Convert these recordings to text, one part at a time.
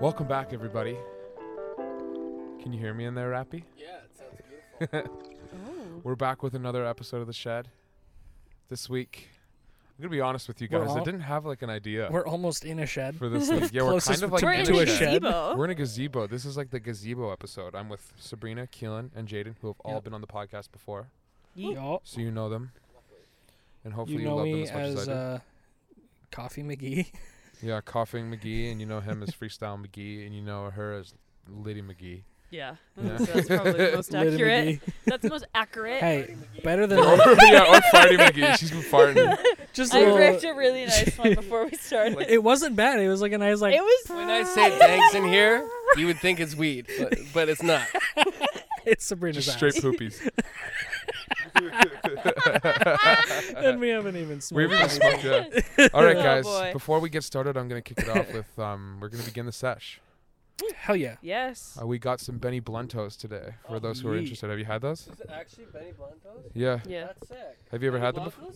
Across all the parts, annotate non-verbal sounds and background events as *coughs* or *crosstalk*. Welcome back, everybody. Can you hear me in there, Rappy? Yeah, it *laughs* sounds beautiful. Oh. We're back with another episode of The Shed. This week, I'm going to be honest with you We're guys. I all- didn't have like an idea We're almost in a shed. for this week. Yeah, we're Closest kind of like to- We're in in to a a shed. gazebo. We're in a gazebo. This is like the gazebo episode. I'm with Sabrina, Keelan, and Jaden, who have all Yep. been on the podcast before, Yo, so you know them, and hopefully you you, know love them me as much as, as I do. uh, Coffee McGee. yeah, coughing McGee, and you know him as Freestyle McGee, and you know her as Liddy McGee. Yeah. Yeah. So that's probably the *laughs* *laughs* most Lady accurate. *laughs* McGee. That's the most accurate. Hey, *laughs* better *laughs* or, than yeah, or Farty McGee. She's been farting. *laughs* just a I ripped little. a *laughs* really nice one before we started. It wasn't bad. It was like a nice like. it was. When I say danks in here, *laughs* you would think it's weed, but, but it's not. it's Sabrina's Just straight *laughs* ass. poopies. *laughs* *laughs* and we haven't even We haven't even smoked. any. smoked yet. All right, Oh, guys. boy. Before we get started, I'm gonna kick it off with um, we're gonna begin the sesh. Hell yeah. yes. Oh. Uh, we got some Benny Bluntos today for Oh, those who are yeet. interested. Have you had those? Is it actually Benny Blanco's? Yeah. Yeah. sick. Have you ever had them before?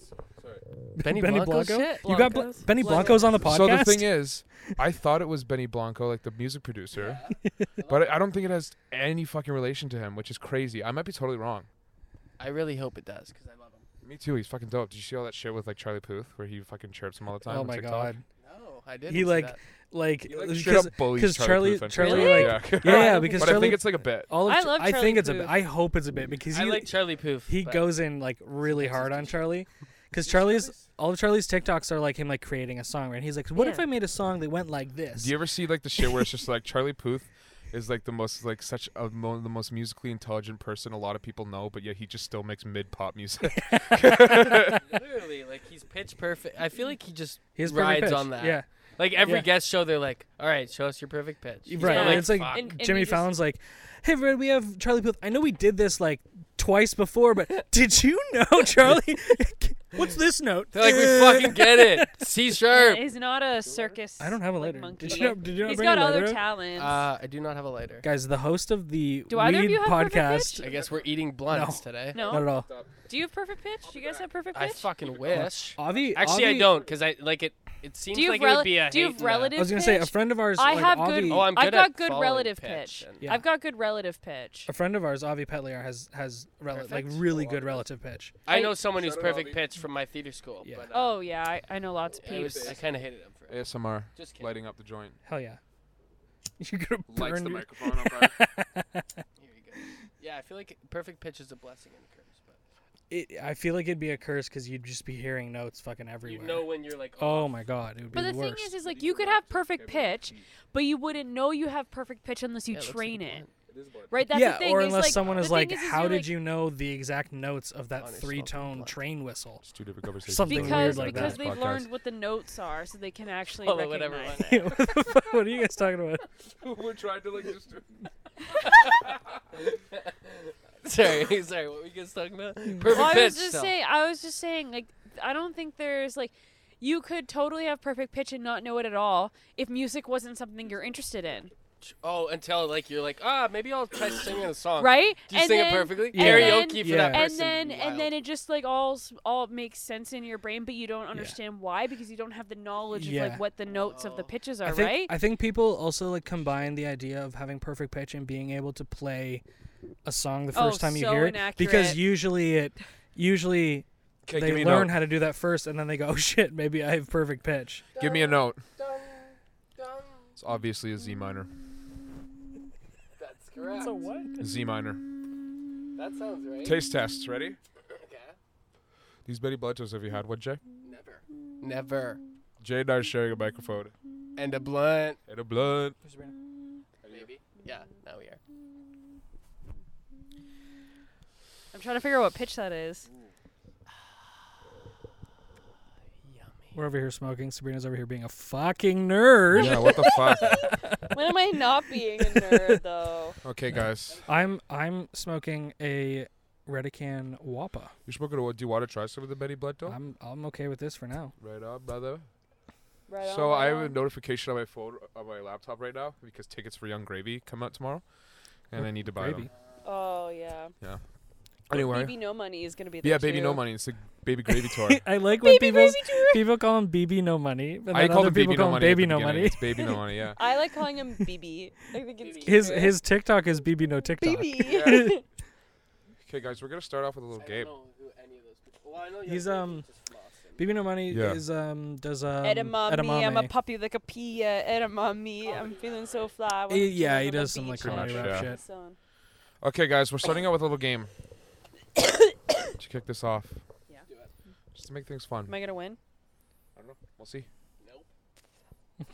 Benny, Benny Blanco's? Blanco? Shit. You got Bl- Blancos. Benny Blancos. Blanco's on the podcast. So the thing is, I thought it was Benny Blanco, like the music producer, but I I don't think it has any fucking relation to him, which is crazy. I might be totally wrong. I really hope it does because I love him. Me too. He's fucking dope. Did you see all that shit with like Charlie Puth, where he fucking chirps him all the time? oh on my TikTok? god. No, I didn't. He, see like, that. Like, He, like, straight because up bullies 'cause Charlie, Charlie- Puth on *laughs* Charlie, TikTok. yeah. yeah, yeah, because but I Charlie. think it's like a *laughs* bit. all of I Ch- love I Charlie think it's a Puth. bit. I hope it's a bit because I he like Charlie Poof. he but goes in like really hard on *laughs* Charlie, because Charlie's all of Charlie's TikToks are like him like creating a song, right? He's like, "What if Yeah. I made a song that went like this?" Do you ever see like the shit where it's just like Charlie Puth is like the most like such a mo- the most musically intelligent person a lot of people know, but yet he just still makes mid pop *laughs* music. Literally, like he's pitch perfect. I feel like he just He has perfect rides pitch. on that. Yeah, Like every Yeah. guest show, they're like, "All right, show us your perfect pitch." He's right. not Yeah. and it's like "Fuck." *laughs* And- and Jimmy you just- Fallon's like, "Hey, everyone, we have Charlie Puth. I know we did this like twice before, *laughs* but did you know Charlie? What's this note? Uh, they're like, "We fucking get it." C sharp. He's not a circus. I don't have a like, lighter. monkey. Did you know? Did you not He's bring got a lighter? other up? talents. Uh, I do not have a lighter. Guys, the host of the Do either of Weed you have perfect podcast. I guess we're eating blunts No. today. no. Not at all. Do you have perfect pitch? Do you guys have perfect I pitch? fucking wish. Avi, Actually, I Avi- don't because I like it. It seems do you like have it rela- would be a. Do you hate uh, have in a- relative I was gonna pitch? say a friend of ours. I like, have Avi, good. Oh, I'm I've good got at good following relative pitch, pitch. and- Yeah. I've got good relative pitch. a friend of ours, Avi Petliar, has has rel- like Perfect. really good relative pitch. I I- know someone who's Shout out perfect Avi. pitch from my theater school. Yeah. But, uh, Oh yeah, I, I know lots of I, was- peeps. I kind of hated him for it. ASMR, Just kidding. lighting up the joint, Hell yeah, *laughs* you're gonna burn lights the your- microphone *laughs* on fire. Here you go. Yeah, I feel like perfect pitch is a blessing and a curse. But It, I feel like it'd be a curse because you'd just be hearing notes fucking everywhere. you know when you're like, oh, oh my god, it would be But the worse. thing is, is like you could have perfect pitch, but you wouldn't know you have perfect pitch unless you yeah, it looks train like a it, blunt. right? That's yeah, the thing. or is, unless like, someone the is thing like, is, is "How you're, did like- you know the exact notes of that On yourself, three-tone like- train whistle?" *laughs* It's two different conversations. Something weird Because like because that. they've learned what the notes are, so they can actually Follow recognize. Oh, whatever *laughs* one. what *laughs* the fuck? What are you guys talking about? *laughs* We're trying to like just. sorry, *laughs* sorry. What were you guys talking about? Perfect Well, I pitch. was just so. saying. I was just saying. Like, I don't think there's like, you could totally have perfect pitch and not know it at all if music wasn't something you're interested in, Oh, until like you're like, ah, maybe I'll try singing a song. right? Oh. Do you and sing then- it perfectly? Yeah. Karaoke and for then- that Yeah. person. and then and then it Wild. just like all s- all makes sense in your brain, but you don't understand why because you don't have the knowledge of Yeah. like what the notes of the Whoa. pitches I are, think right? I think people also like combine the idea of having perfect pitch and being able to play a song the Oh, first time you so hear it because inaccurate. usually it usually they learn how to do that first and then they go, *laughs* "Oh shit, maybe I have perfect pitch." Give me a note. It's obviously a Z minor. That's correct. what? Z minor. That sounds right. Taste tests. Ready? okay. These Betty Blantos have you had one, Jay? Never. Never. Jay and I are sharing a microphone. And a blunt. And a blunt. Maybe. Yeah. Now we are. I'm trying to figure out what pitch *laughs* that is. We're over here smoking. Sabrina's over here being a fucking nerd. Yeah, what the *laughs* fuck? when am I not being a nerd though? Okay, guys. I'm I'm smoking a Redican Wappa. You're smoking a Do you want to try some of the Betty Blanto? I'm I'm okay with this for now. right on, brother. Right So on, I right have a on. notification on my phone on my laptop right now because tickets for Young Gravy come out tomorrow, and I need to buy Gravy. them. Oh yeah. Anyway, Baby No Money is gonna be there yeah, baby, no too. money. It's like *laughs* baby gravy tour. I like when Baby, people baby, tour. people call him BB no money, and I then called other him people baby call no him money. at baby the no beginning. money. It's baby no money. *laughs* Yeah. I like calling him *laughs* BB. I think it's cute. His his TikTok is BB no TikTok. *laughs* BB. Okay, guys, we're gonna start off with a little I game. don't know who any of those people. Well, I know He's, Young Gravy um, is just from Austin. BB no money Yeah. is um does um *laughs* Edamame, I'm a edamame. puppy like a pea. Edamame, I'm feeling so fly. I wanna He- chill Eh, yeah, on he the does some like beach Pretty comedy much, under rap yeah. the shit. sun. Okay, guys, we're starting out with a little *coughs* game to kick this off. Yeah. Do it. Just to make things fun. Am I gonna win? I don't know. We'll see. Nope.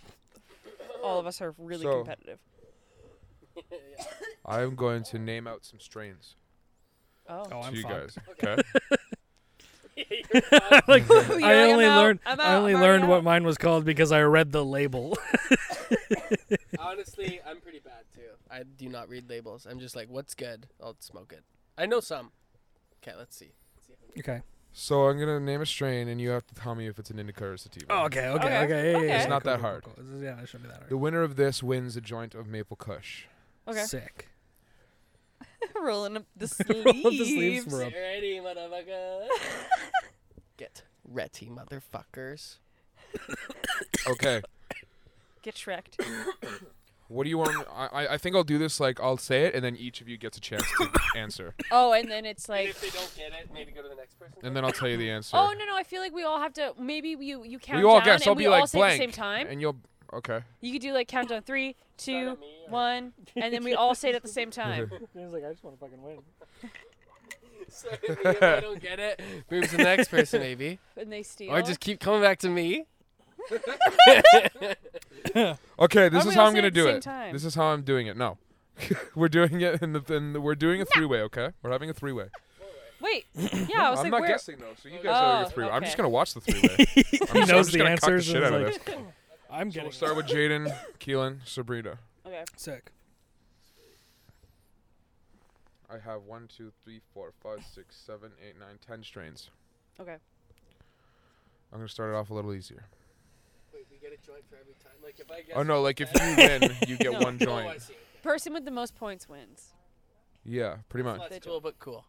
All of us are really So- competitive. Yeah. I'm going to name out some strains Oh, Oh. to I'm you fucked. guys. Okay. *laughs* You're fine. like *laughs* You're I like, only I'm out, learned I'm I out, only I'm learned already what out. mine was called because I read the *laughs* label. Honestly, I'm pretty bad too. I do not read labels. I'm just like, what's good? I'll smoke it. I know some. Okay, let's see. Let's see how many- okay. So I'm gonna name a strain, and you have to tell me if it's an indica or a sativa. Oh, okay. Okay. Okay. Okay, yeah, yeah, okay. yeah, It's not cool, that cool, hard. cool, cool. Yeah, it shouldn't be that hard. The winner of this wins a joint of Maple Kush. *laughs* Okay. *laughs* Sick. Rolling up the *laughs* Roll up the sleeves. sleeves, bro. Get ready, motherfucker. *laughs* Get ready, motherfuckers. Okay. Get shreked. what do you want? I, I- I think I'll do this. Like I'll say it, and then each of you gets a chance *laughs* to answer, Oh, and then it's And like. if they don't get it, maybe go to the next person. and then I'll tell you the answer. Oh no no! I feel like we all have to. Maybe we you count we all down guess. and I'll we be like all say blank, at the same time. and you'll. Okay. You could do like count down *laughs* three, two, at me *laughs* or- *laughs* one, and then we all say it at the same time. *laughs* like, I just want to fucking win. So if I don't get it, *laughs* move to the next person, maybe. And they steal. Or just keep coming back to me. Okay. This is Aren't we how all I'm saying gonna at the do same it. time? This is how I'm doing it. No. *laughs* we're doing it, and the, in the, we're doing a three-way. Okay. We're having a three-way. *laughs* Wait. Yeah, I was I'm like, not where? guessing though. So you guys are having a Oh, three-way. I'm just okay. gonna *laughs* watch the three-way. he I'm just- I'm knows just the gonna cock the answers. shit and out of is like, I'm we'll getting start *laughs* with Jaden, Keelan, Sabrina. Okay. sick. I have one, two, three, four, five, six, seven, eight, nine, ten strains. Okay. I'm gonna start it off a little easier. Wait, we get a joint for every time. Like if I guess. Oh no! Like if you win, you get *laughs* No. one Oh, I joint. see. Person with the most points wins. Yeah, pretty much. That's cool, but cool.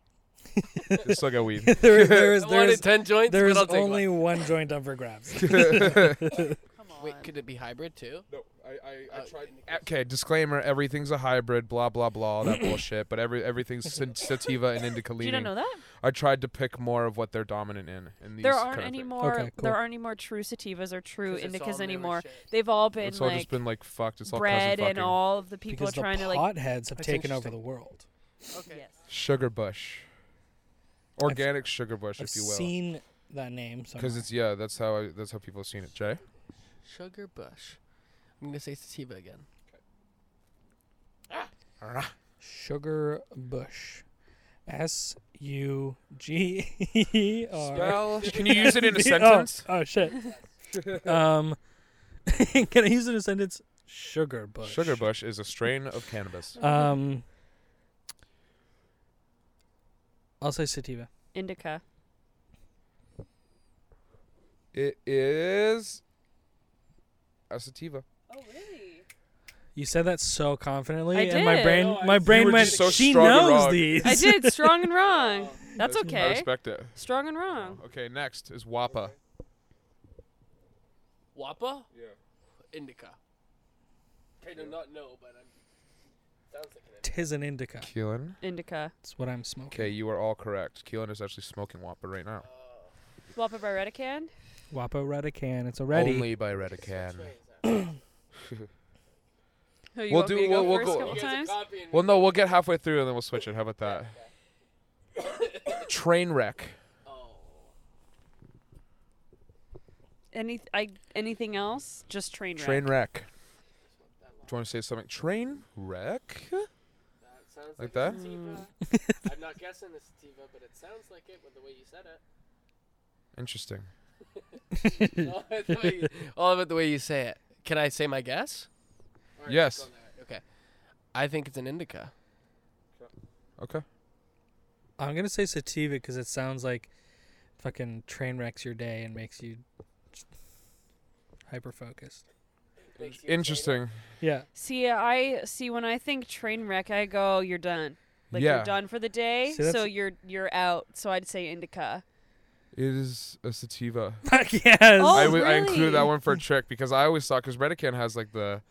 It's like a *laughs* weed. *laughs* there, there is I there wanted is ten joints, there but is I'll take only one. one. joint up for grabs. Come on. Wait, could it be hybrid too? No, I, I, I Uh, Oh, tried- indica. Okay, disclaimer: everything's a hybrid, blah blah blah, *laughs* all that bullshit. But every everything's sat- sativa and indica Do you not leaning. know that? I tried to pick more of what they're dominant in. in these There kind aren't of any things. more. Okay, cool. There aren't any more true sativas or true 'Cause it's all indicas newer anymore. shit. They've all been It's all like just been like fucked. It's all bread cousin and fucking. all of the people because are trying the to like. potheads have That's taken over interesting. the world. Okay. Yes. sugar bush, organic sugar bush, I've if you will. seen that name. Because it's yeah, that's how I, that's how people have seen it. Jay, Sugar bush. I'm gonna say sativa again. Sugar Bush, S U G E R. *laughs* spell. Can you use it in a Oh, sentence? Oh, shit. *laughs* um, *laughs* can I use it in a sentence? Sugar Bush. Sugar bush is a strain of cannabis. Um, I'll say sativa. Indica. It is a sativa. Oh really? You said that so confidently, I and my did. brain, No, I- my You brain were went. just so she strong and knows wrong." these. I did. Strong and wrong. That's I- I okay. respect it. Strong and wrong. Okay, next is Wapa. Wapa? Yeah. Indica. I do not know, but I'm. Sounds like an *laughs* Tis an indica. Keelan. Indica. That's what I'm smoking. Okay, you are all correct. Keelan is actually smoking Wapa right now. Wapa by Redican. Wapo Redican. It's already. Only by Redican. Who We'll you want do- me to go we'll- we'll first go- couple You times? Well, no, we'll get halfway through and then we'll switch it. How about that? Train wreck. Any I anything else? Just train wreck. Train wreck. Do you want to say something? Train wreck? Like Like that? I'm not guessing the sativa, but it sounds like it with the way you said *laughs* it. Interesting. All of it the way you, all of it the way you say it. Can I say my guess? Or just Yes. go there? Okay. I think it's an indica. Okay. I'm gonna say sativa because it sounds like fucking train wrecks your day and makes you hyper focused. Interesting. Yeah. See, I see when I think train wreck, I go, you're done. Like Yeah. you're done for the day, See, so that's- you're you're out. So I'd say indica. It is a sativa. *laughs* Fuck yes. Oh, I I really? included that one for a trick because I always thought because Redecan has like the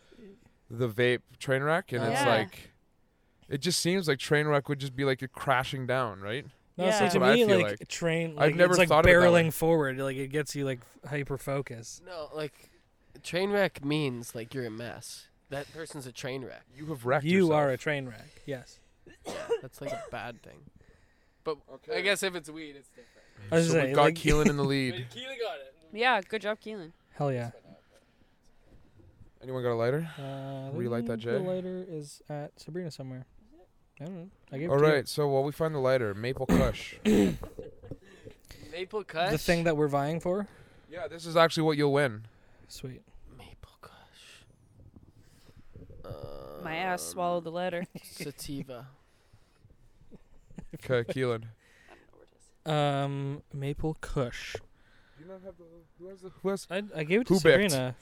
the vape train wreck and it's Yeah. like it just seems like train wreck would just be like it crashing down, right? No, Yeah. see That's to what I me, feel like, like. train, I've like, never it's like thought of it that way. barreling forward. Like it gets you like hyper focused. No, like train wreck means like you're a mess. That person's a train wreck. You have wrecked You yourself. are a train wreck. Yes. That's like a bad thing. But I guess if it's weed, it's different. I was So gonna we've say, got like- Keelan in the lead. But Keely got it. Yeah, good job, Keelan. *laughs* Hell yeah. Anyone got a lighter? Uh, Relight that, the Jay? lighter is at Sabrina somewhere. I don't know. I gave it All to you. right, so while we find the lighter, Maple Kush. Maple Kush. The thing that we're vying for. yeah, this is actually what you'll win. Sweet. Maple Kush. Um, My ass swallowed the letter. Sativa. Okay, Keelan. Um, maple kush. Do you not have the, who has the, who has? I, I gave it to Who bicked? Sabrina.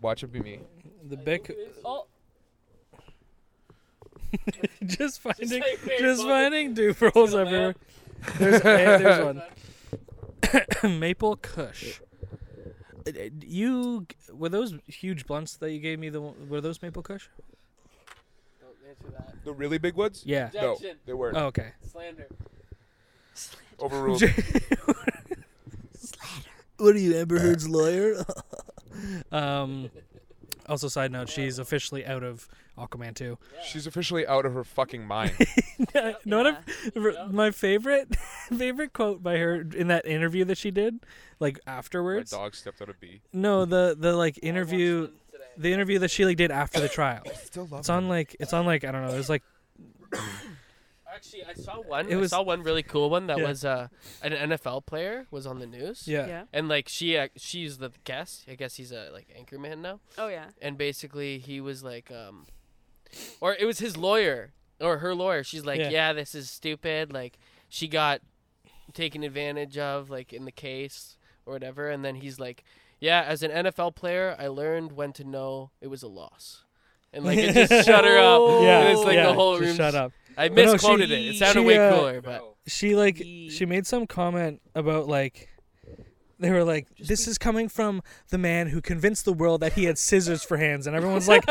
Watch it be me. The bick. Oh, *laughs* just finding, like Harry just Potter. finding doofuls Still everywhere. *laughs* There's, hey, there's one. *laughs* maple kush. Uh, uh, You g- were those huge blunts that you gave me. The one- were those maple kush? Don't answer that. The really big ones? Yeah. No, Objection. they weren't. Oh, okay. Slander. Oh. *laughs* Overruled. What are you, Amber Heard's lawyer? Uh, *laughs* um. Also, side note: she's officially out of Aquaman *laughs* 2. She's officially out of her fucking mind. no, no, no, my favorite, *laughs* favorite quote by her in that interview that she did, like My afterwards. dog stepped out of B. No, the the like interview, the interview that she like did after the trial. Still love It's on like it's on like I don't know. There's like Actually, I saw one. It was- I saw one really cool one that Yeah. was uh, an NFL player was on the news. yeah. yeah. And like she, ac she's the guest. I guess he's a like anchor man now. Oh yeah. and basically he was like um or it was his lawyer or her lawyer she's like Yeah. yeah, this is stupid like she got taken advantage of like in the case or whatever and then he's like yeah as an NFL player I learned when to know it was a loss and like it just shut her *laughs* up Yeah, and it's like yeah, the whole just room Shut up. I But no, misquoted she- it it sounded she, way uh, cooler but She like Ye- she made some comment about like they were like this is coming from the man who convinced the world that he had scissors for hands, and everyone's like,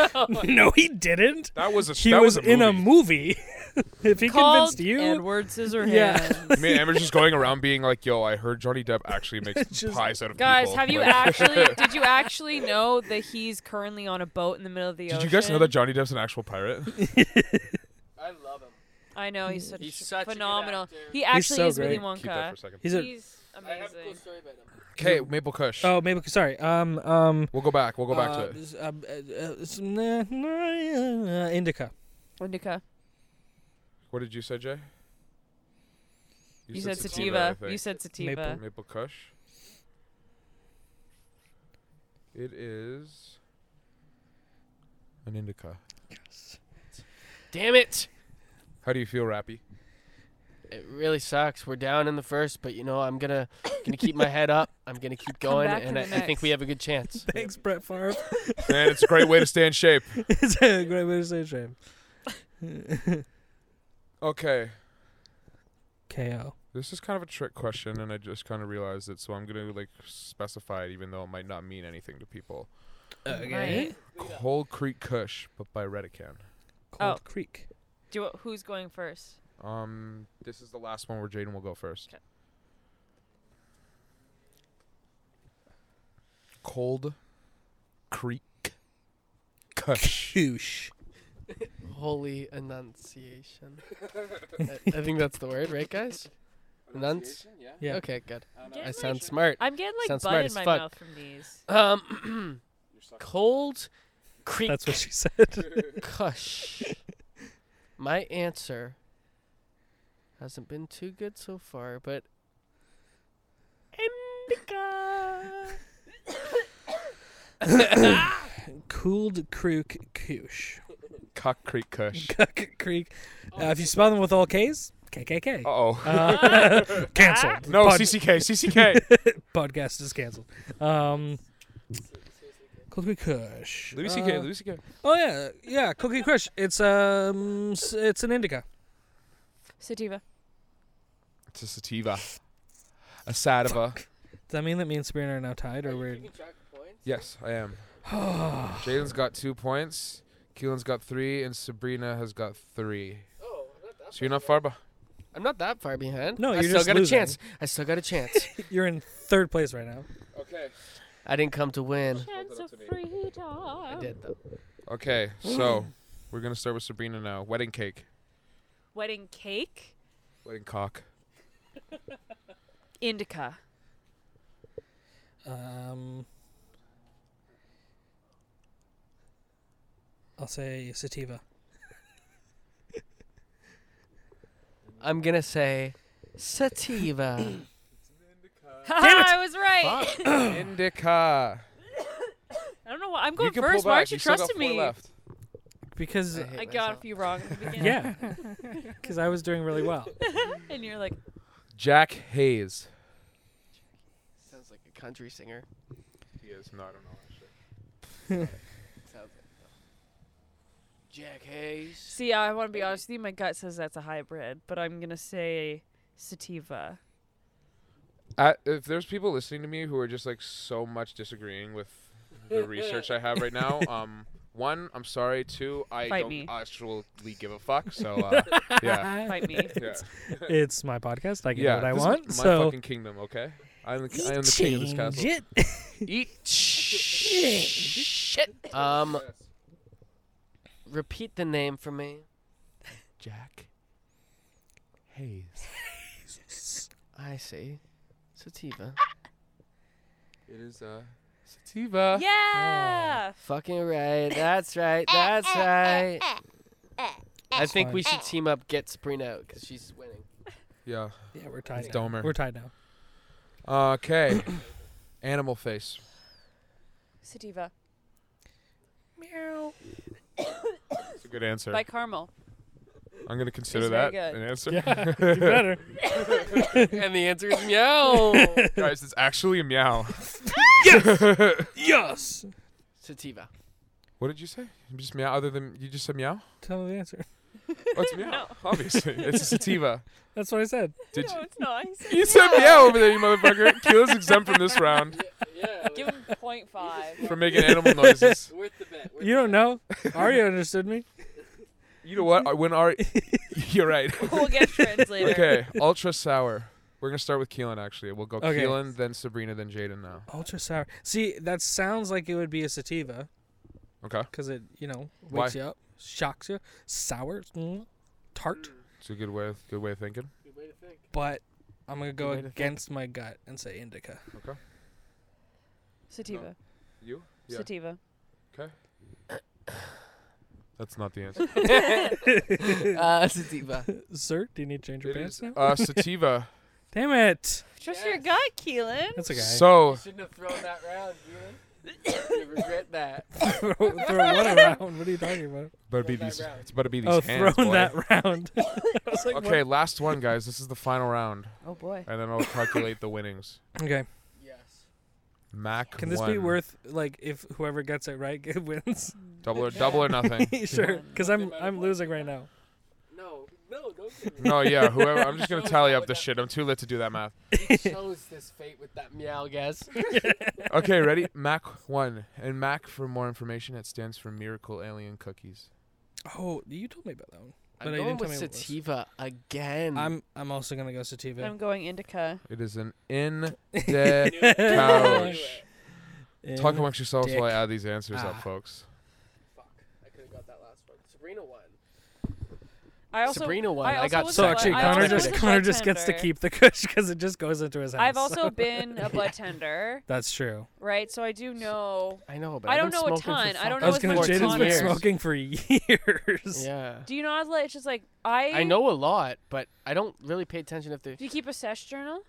no, he didn't. That was a. He that was, was, a in a movie. movie. *laughs* if he Called convinced you, Edward Scissorhands. Yeah. *laughs* Me and Amber's just going around being like, "Yo, I heard Johnny Depp actually *laughs* makes Just- pies out of Guys, people." have *laughs* you Like, actually? did you actually know that he's currently on a boat in the middle of the Did ocean? you guys know that Johnny Depp's an actual *laughs* pirate? I love him I know he's such, He's such a good phenomenal. actor. He actually so is Willy great. Keep that for a second. Wonka. he's a He's amazing. story about him Okay, Maple Kush. oh maybe sorry um um. We'll go back. We'll go back uh, to it. this, um, uh, uh, some, uh, nah, uh, indica. Indica. What did you say, Jay? You, said, I sativa. think. You said sativa. Maple. Maple Kush. It is an indica. damn it How do you feel, Rappy? it really sucks. We're down in the first, but you know *laughs* I'm gonna gonna keep my head up. I'm gonna keep going, back in and I, the I think we next. have a *laughs* good chance. Thanks, Brett Favre. Man, it's a great way to *laughs* stay in shape. it's a great way to say shame. *laughs* Okay, KO. this is kind of a trick question, and I just kind of realized it, so I'm gonna like specify it, even though it might not mean anything to people. Right. Cold Creek Kush, but by Redican. Cold Oh. Creek. Do you- who's going first? Um, this is the last one where Jaden will go first. 'Kay. Cold Creek Kush. Koosh. Holy Annunciation. *laughs* I, I think that's the word, right, guys? Annunciation. Yeah. Okay, good. Getting, I like- sound smart. I'm getting like sound butt smart in as my fuck. mouth from these. Um, *clears throat* cold creek *laughs* That's what she said. *laughs* kush. My answer hasn't been too good so far, but indica. Cooled Crook Koosh. Cock Creek Kush. *laughs* Cook Creek. Uh, if you spell them with all Ks, KKK. Uh oh. Uh, *laughs* *laughs* cancelled. No, Pod- CCK, *laughs* CCK. podcast is cancelled. Um, Cold Creek Kush. Louis Uh, CK, Louis CK. Oh yeah, yeah. Cookie Crush. It's um, s- it's an indica. *coughs* Sativa. It's a sativa. A sativa. Does that mean that me and Sabrina are now tied, or *laughs* we're? *sighs* Yes, I am. Jalen's got two points. Keelan's got three, and Sabrina has got three. So you're Oh, not far behind. I'm not that far behind. No, I you're still just got losing. a chance. I still got a chance. You're in third place right now. Okay. I didn't come to win. Chance up of to me. freedom. I did though. Okay, so we're gonna start with Sabrina now. Wedding cake. Wedding cake. Wedding *clears throat* cock. Indica. Um, I'll say sativa. I'm gonna say *laughs* sativa. Damn it! *laughs* I was right. Indica. I don't know why I'm You going can first. pull back. Why aren't you, still got trusting four me? left. Because Uh, I hate I got a myself. few wrong at the beginning. yeah, *laughs* because I was doing really well. *laughs* And you're like, Jack Hayes. Sounds like a country singer. He is. No, I don't know. Actually. Sounds like Jack Hayes. see, I want to be honest with you. My gut says that's a hybrid, but I'm gonna say sativa. I, if there's people listening to me who are just like so much disagreeing with *laughs* the research I have right now, um, one, I'm sorry. Two, I Fight don't me. actually give a fuck. So *laughs* uh, yeah, *laughs* Fight me. yeah, It's my podcast. I get yeah. what I this is want. my so fucking kingdom, okay? I am the, I am the king of this castle. Change *laughs* it. Eat shit. Um, repeat the name for me. Jack Hayes. *laughs* I see. Sativa. It is uh, sativa. Yeah. Fucking right. That's right. That's right. I That's think fine. we should team up, get Sabrina out, because she's winning. Yeah. Yeah, we're tied. It's now. Dahmer. We're tied *laughs* now. Okay. *coughs* Animal face. Sativa. Meow. That's a good answer. By Carmel. I'm gonna consider It's very that good. an answer. Yeah, *laughs* you better. and the answer is *laughs* meow. Guys, it's actually a meow. yes. Sativa. What did you say? You Just meow. Other than you just said meow. Tell me the answer. Oh, *laughs* it's meow. No. Obviously, it's a sativa. That's what I said. Did no, you? it's not. He *laughs* said You said meow over there, you *laughs* motherfucker. Keela's exempt from this round Yeah. Give him 0.5. for making animal noises. *laughs* Worth the bet. You don't know. Aria understood me. You know what? When are *laughs* you're right. we'll get friends *laughs* later. Okay, ultra sour. We're gonna start with Keelan. Actually, we'll go Okay. Keelan, then Sabrina, then Jaden. Now. Ultra sour. See, that sounds like it would be a sativa Okay. because it, you know, Why? wakes you up, shocks you, sour, mm, Hmm, tart. It's a good way. Of, good way of thinking. But I'm gonna go way to think. against my gut and say indica. *laughs* Sativa. You? Yeah. Sativa. *laughs* *laughs* Okay. That's not the answer. *laughs* *laughs* Uh, sativa. Sir, do you need to change your It pants is now? uh, sativa. Damn it! Trust your gut, *coughs* Keelan. That's *laughs* okay. Oh. So shouldn't have thrown that round, you regret that. *laughs* throw, throw *laughs* what around? What are you talking about? Better be that these. round. It's better be these Oh, hands. throwing boy. that *laughs* *laughs* round. I was like, Okay, last one, guys. This is the final round, Oh boy. and then I'll calculate the winnings. what? Okay. Yes. Mac. Can this be one. worth like if whoever gets it right *laughs* get- wins? double or double or *laughs* nothing? sure, because I'm matter I'm what. losing right *laughs* now. No, no, don't give me *laughs* No, yeah. Whoever. I'm *laughs* just gonna Shows tally how up it this got- shit. I'm too lit to do that math. You chose this fate with that meow guess. Okay, ready? Mac one and Mac for more information. It stands for Miracle Alien Cookies. *laughs* Oh, you told me about that one. But I'm you going didn't tell with me what it was. sativa again. *laughs* I'm I'm also gonna go sativa. *laughs* I'm going indica. It is an in de couch. Talk amongst yourselves while I dick. add these answers Ah. up, folks. Fuck. I could have got that last one. Sabrina won. I also Sabrina won. I also got *laughs* was so a I blood- actually, I also Connor was just a Connor just gets to bloodtender. keep the kush because it just goes into his house. I've also been a blood tender, That's true. right? So I do know. I know, but I don't I've been know a smoking ton. for I don't fucking I know was as gonna. much as Jaden's been Connor. smoking for *laughs* *laughs* years. Yeah. Do you know how to let- it's just like I? I know a lot, but I don't really pay attention if they're Do you keep a sesh journal?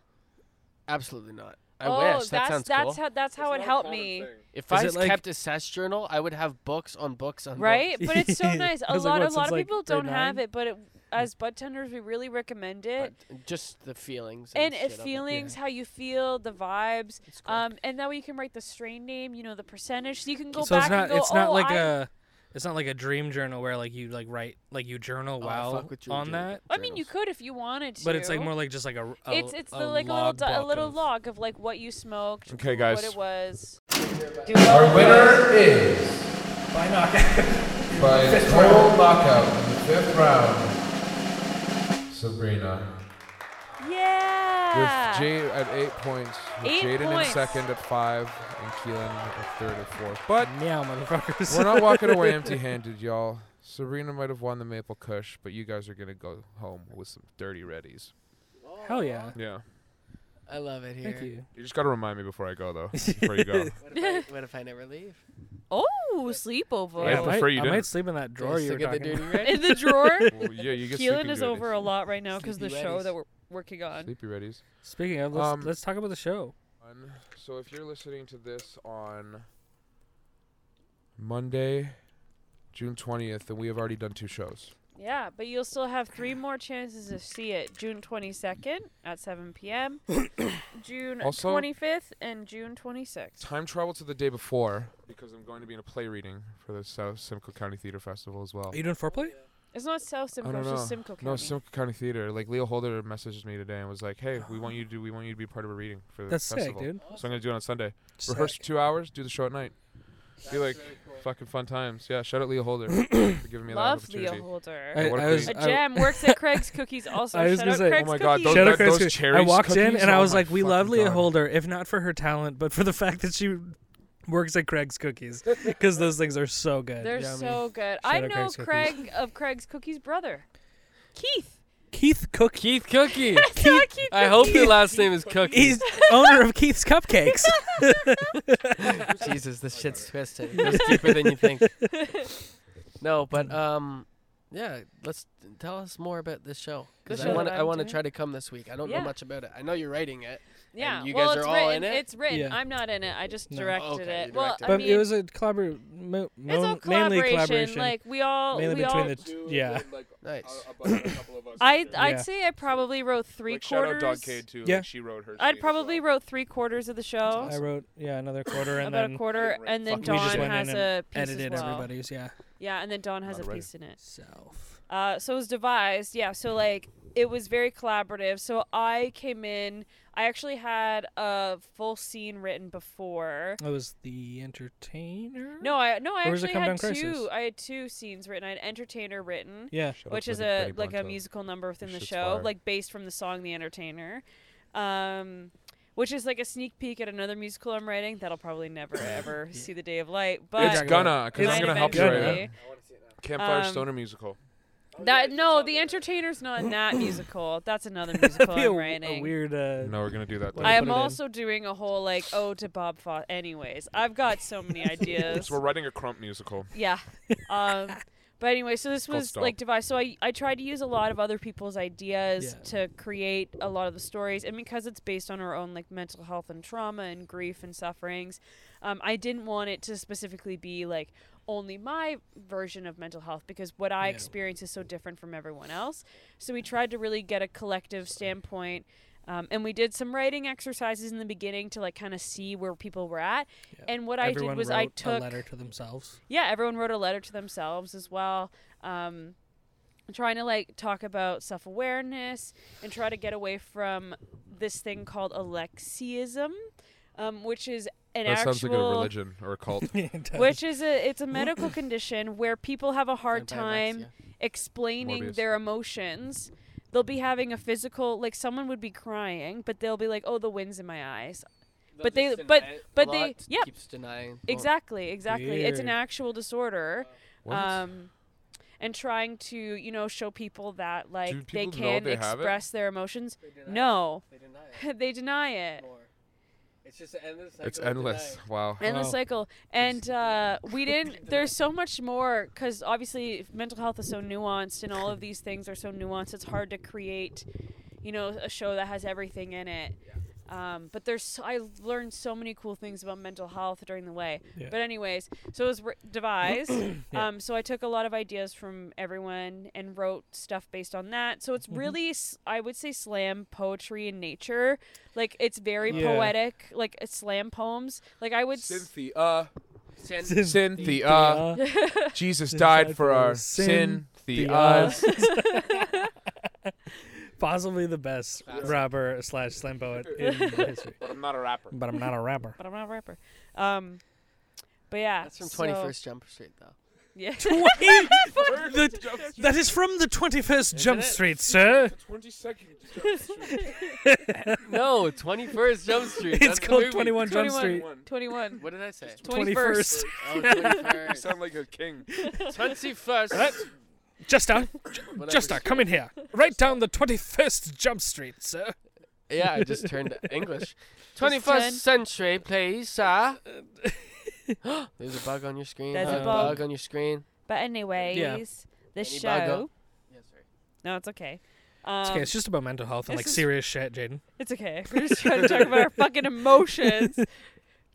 *laughs* absolutely not. I oh, wish that that's sounds that's cool. how that's how it helped me, *laughs* if Is I it like- kept a sesh journal, I would have books on books on right? Well, But it's *laughs* so nice. I A was like, what, lot a lot since, of like, people grade don't have nine? it, but it, as bud tenders, we really recommend it. books. But just the feelings And and, it shit of it. feelings, how you feel, the vibes, It's cool. um, and that way you can write the strain name, you know, the percentage. So you can go so back it's not and go. it's not oh, like I a It's not like a dream journal where like you like write like you journal Oh, I while fuck with your on journal- that. I mean, you journals. could if you wanted to. But it's like more like just like a. a it's it's a the, like a little di- a logbook little of- log of like what you smoked. Okay, What guys. it was. Our winner is *laughs* by knockout by total knockout in the fifth round. Sabrina Yeah. With Jay at eight points, with Eight Jaden points. in second at five, and Keelan at third and fourth. But Meow, motherfuckers. we're not walking *laughs* away empty-handed, y'all. Sabrina might have won the Maple Kush, but you guys are gonna go home with some dirty readies. Hell yeah. Yeah. I love it here. Thank you. You just gotta remind me before I go, though. Before *laughs* you *laughs* go. What if, I, what if I never leave? oh, sleepover. I I, prefer might, you I might didn't. sleep in that drawer Do I you were still get the talking dirty about. *laughs* red? In the drawer. Well, yeah, you get Keelan sleeping is goodies. over a lot right now because the Sleepy show Weddies. that we're working on. Sleepy readies. Speaking of, let's, Um, let's talk about the show. One. So if you're listening to this on Monday, June twentieth, then we have already done two shows. Yeah, but you'll still have three more chances to see it: June 22nd at 7 p.m., June Also- 25th, and June 26th. Time travel to the day before because I'm going to be in a play reading for the South Simcoe County Theater Festival as well. Are you doing foreplay? It's not South Simcoe, don't it's just know. Simcoe County. No, Simcoe County Theater. Like Leo Holder messaged me today and was like, "Hey, we want you to do. We want you to be part of a reading for the That's sick, festival." dude. So I'm gonna do it on Sunday. Sick. Rehearse for two hours. Do the show at night. be like, fucking fun times. Yeah. Shout out Leo Holder *coughs* for giving me Love that Leah opportunity. Holder. I, What if I we- was, a I- jam works at Craig's Cookies. Also, I was shout gonna out say- Oh Craig's my God, Cookies. those, Shout out that, Craig's those Cookies. cherries. I walked in cookies? and I Oh was my like, we love fucking Leah God. Holder, if not for her talent, but for the *laughs* fact that she works at Craig's Cookies, because those things are so good. They're you know what I mean? so good. I Shout out know Craig's Cookies. Craig of Craig's Cookies' brother, Keith. Keith Cookie. *laughs* Keith *laughs* Cookie. I saw Keith I hope Cookies. your last name is Cookie. He's *laughs* owner of Keith's *laughs* Cupcakes. *laughs* Jesus, this shit's twisted. It goes deeper than you *laughs* think. No, but um, yeah. Let's tell us more about this show because The I show want that I I'm want to doing? try to come this week. I don't Yeah. know much about it. I know you're writing it. Yeah, And you well, guys it's are all written. in it? It's written. Yeah. I'm not in it. I just No. directed Okay, it. you well, directed I but mean, it was a collabor- mo- it's all mo- mainly collaboration. Like we all, mainly we between all. the two. Yeah. Nice. *coughs* I I'd Yeah. say I probably wrote three quarters. too. Yeah. she wrote her. I'd probably wrote three quarters of the show, I wrote, yeah, *clears throat* another quarter and about then a quarter, and then we just Dawn went has in a and piece edited as well. everybody's, yeah. Yeah, and then Dawn has Not a a writer. piece in it. Self. Uh, so it was devised, yeah. So like it was very collaborative. So I came in. I actually had a full scene written before. It was the entertainer? No, I no, I Or was it actually Come had Down two. Crisis? I had two scenes written. I had Entertainer written, Yeah. which is a like a musical number within the shit's show, fire. like based from the song The Entertainer, um, which is like a sneak peek at another musical I'm writing that'll *laughs* probably never ever see the day of light. But It's gonna, because It's I'm gonna help you gonna. right now. Eventually. Campfire Um, Stoner musical. Oh, that no, The Entertainer's not *coughs* in that musical. That's *laughs* another musical Be a, I'm a writing. weird. Uh, No, we're gonna do that. Like- I later. I'll am put it in. also doing a whole like ode to Bob Fosse. Anyways, I've got *laughs* so many ideas. So we're writing a Crump musical. Yeah. Um, but anyway, so this called was Stop. like devised. So I, I tried to use a lot of other people's ideas to create a lot of the stories. And because it's based on our own like mental health and trauma and grief and sufferings, um, I didn't want it to specifically be like only my version of mental health because what I Yeah. experience is so different from everyone else. So we tried to really get a collective standpoint. Um, and we did some writing exercises in the beginning to like kind of see where people were at. Yeah. And what I everyone did was wrote I took a letter to themselves. *laughs* yeah, everyone wrote a letter to themselves as well. Um, trying to like talk about self awareness and try to get away from this thing called Alexism, um, which is an That actual sounds like a religion or a cult. *laughs* which is *laughs* a it's a medical condition where people have a hard Anti-vax, time yeah. explaining Morbius. their emotions. They'll be having a physical like someone would be crying, but they'll be like, "Oh, the wind's in my eyes." But they- They'll just but- deny it a but they- lot, yep. keeps denying. Well, Exactly, exactly. It's an Weird. actual disorder. What? Um, and trying to you know show people that like Do they people know can they have it? express their emotions. they deny it. No, *laughs* They deny it. they deny it. more. It's just an endless. cycle It's of endless. denying. Wow. Endless Wow. cycle, and uh, we didn't. There's so much more because obviously mental health is so nuanced, and all of these things are so nuanced. It's hard to create, you know, a show that has everything in it. Um, but there's so- I learned so many cool things about mental health during the way. Yeah. But anyways, so it was re- devised. *coughs* Yeah. um, so I took a lot of ideas from everyone and wrote stuff based on that. So it's Mm-hmm. really s- I would say slam poetry and nature. Like it's very Yeah. poetic, like it's slam poems. Like I would s- Cynthia. Sin. Cynthia. Jesus died for our sin. The us. *laughs* Possibly the best rapper slash slam poet in history. But I'm not a *laughs* rapper. But I'm not a rapper. but I'm not a rapper. Um, but yeah, That's from so- 21st Jump Street, though. *laughs* Yeah, Twenty- the- *laughs* that is from the 21st Jump Street, sir. Twenty *laughs* seconds. No, 21st *laughs* Jump Street. It's that's the called movie. 21 Jump Street. 21, What did I say? 21st. Oh, You 21st. sound like a *laughs* king. 21st. Right. Justa, J- Whatever Justa, street. come in here. Write down the 21st Jump Street, sir. Yeah, I just turned *laughs* English. 21st turn. century, *laughs* please, sir. *gasps* There's a bug on your screen. There's a Uh, bug. on your screen. But anyways, the Any bug show. Yeah, sorry. No, it's okay. Um, It's okay, it's just about mental health and this like is- serious shit, Jaden. It's *laughs* okay. We're just trying to talk about our fucking emotions.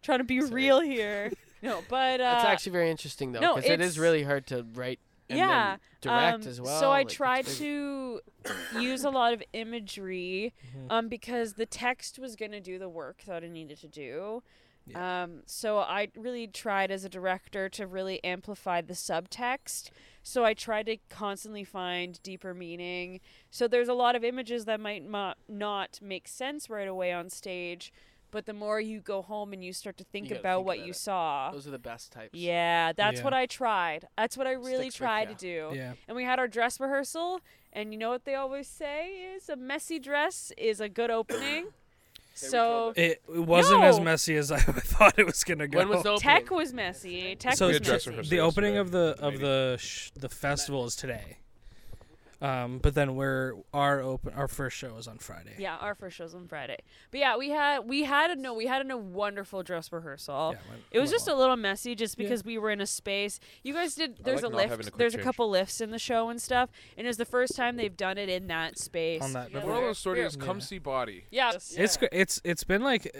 trying to be real here. No, but uh, That's actually very interesting, though, no, because it it's- is really hard to write and then yeah. direct um, as well. So I like, it's tried very- to use a lot of imagery, Mm-hmm. um, because the text was gonna do the work that it needed to do. Um, so I really tried as a director to really amplify the subtext. So I tried to constantly find deeper meaning. So there's a lot of images that might mo- not make sense right away on stage, but the more you go home and you start to think gotta about think what about you it. saw. Those are the best types. Yeah, that's Yeah. what I tried. That's what I really Sticks with tried ya. to do. Yeah. And we had our dress rehearsal, and you know what they always say is a messy dress is a *coughs* good opening. so It it wasn't as No. messy as I *laughs* thought it was gonna go. When was the opening? tech was messy. Tech so We was had dress messy. rehearsal. the opening yesterday, of the of maybe. the sh- the festival is today. Um, but then we're our open our first show is on Friday. Yeah, our first show's on Friday. But yeah, we had we had a no, we had a wonderful dress rehearsal. Yeah, went- It was went just well. a little messy just because we were in a space. You guys did there's like a not having a lift. quick there's change. a couple lifts in the show and stuff, and it's the first time they've done it in that space. on that. Moral of the story is Yeah. come see *laughs* body. Yeah. It's gr- it's it's been like,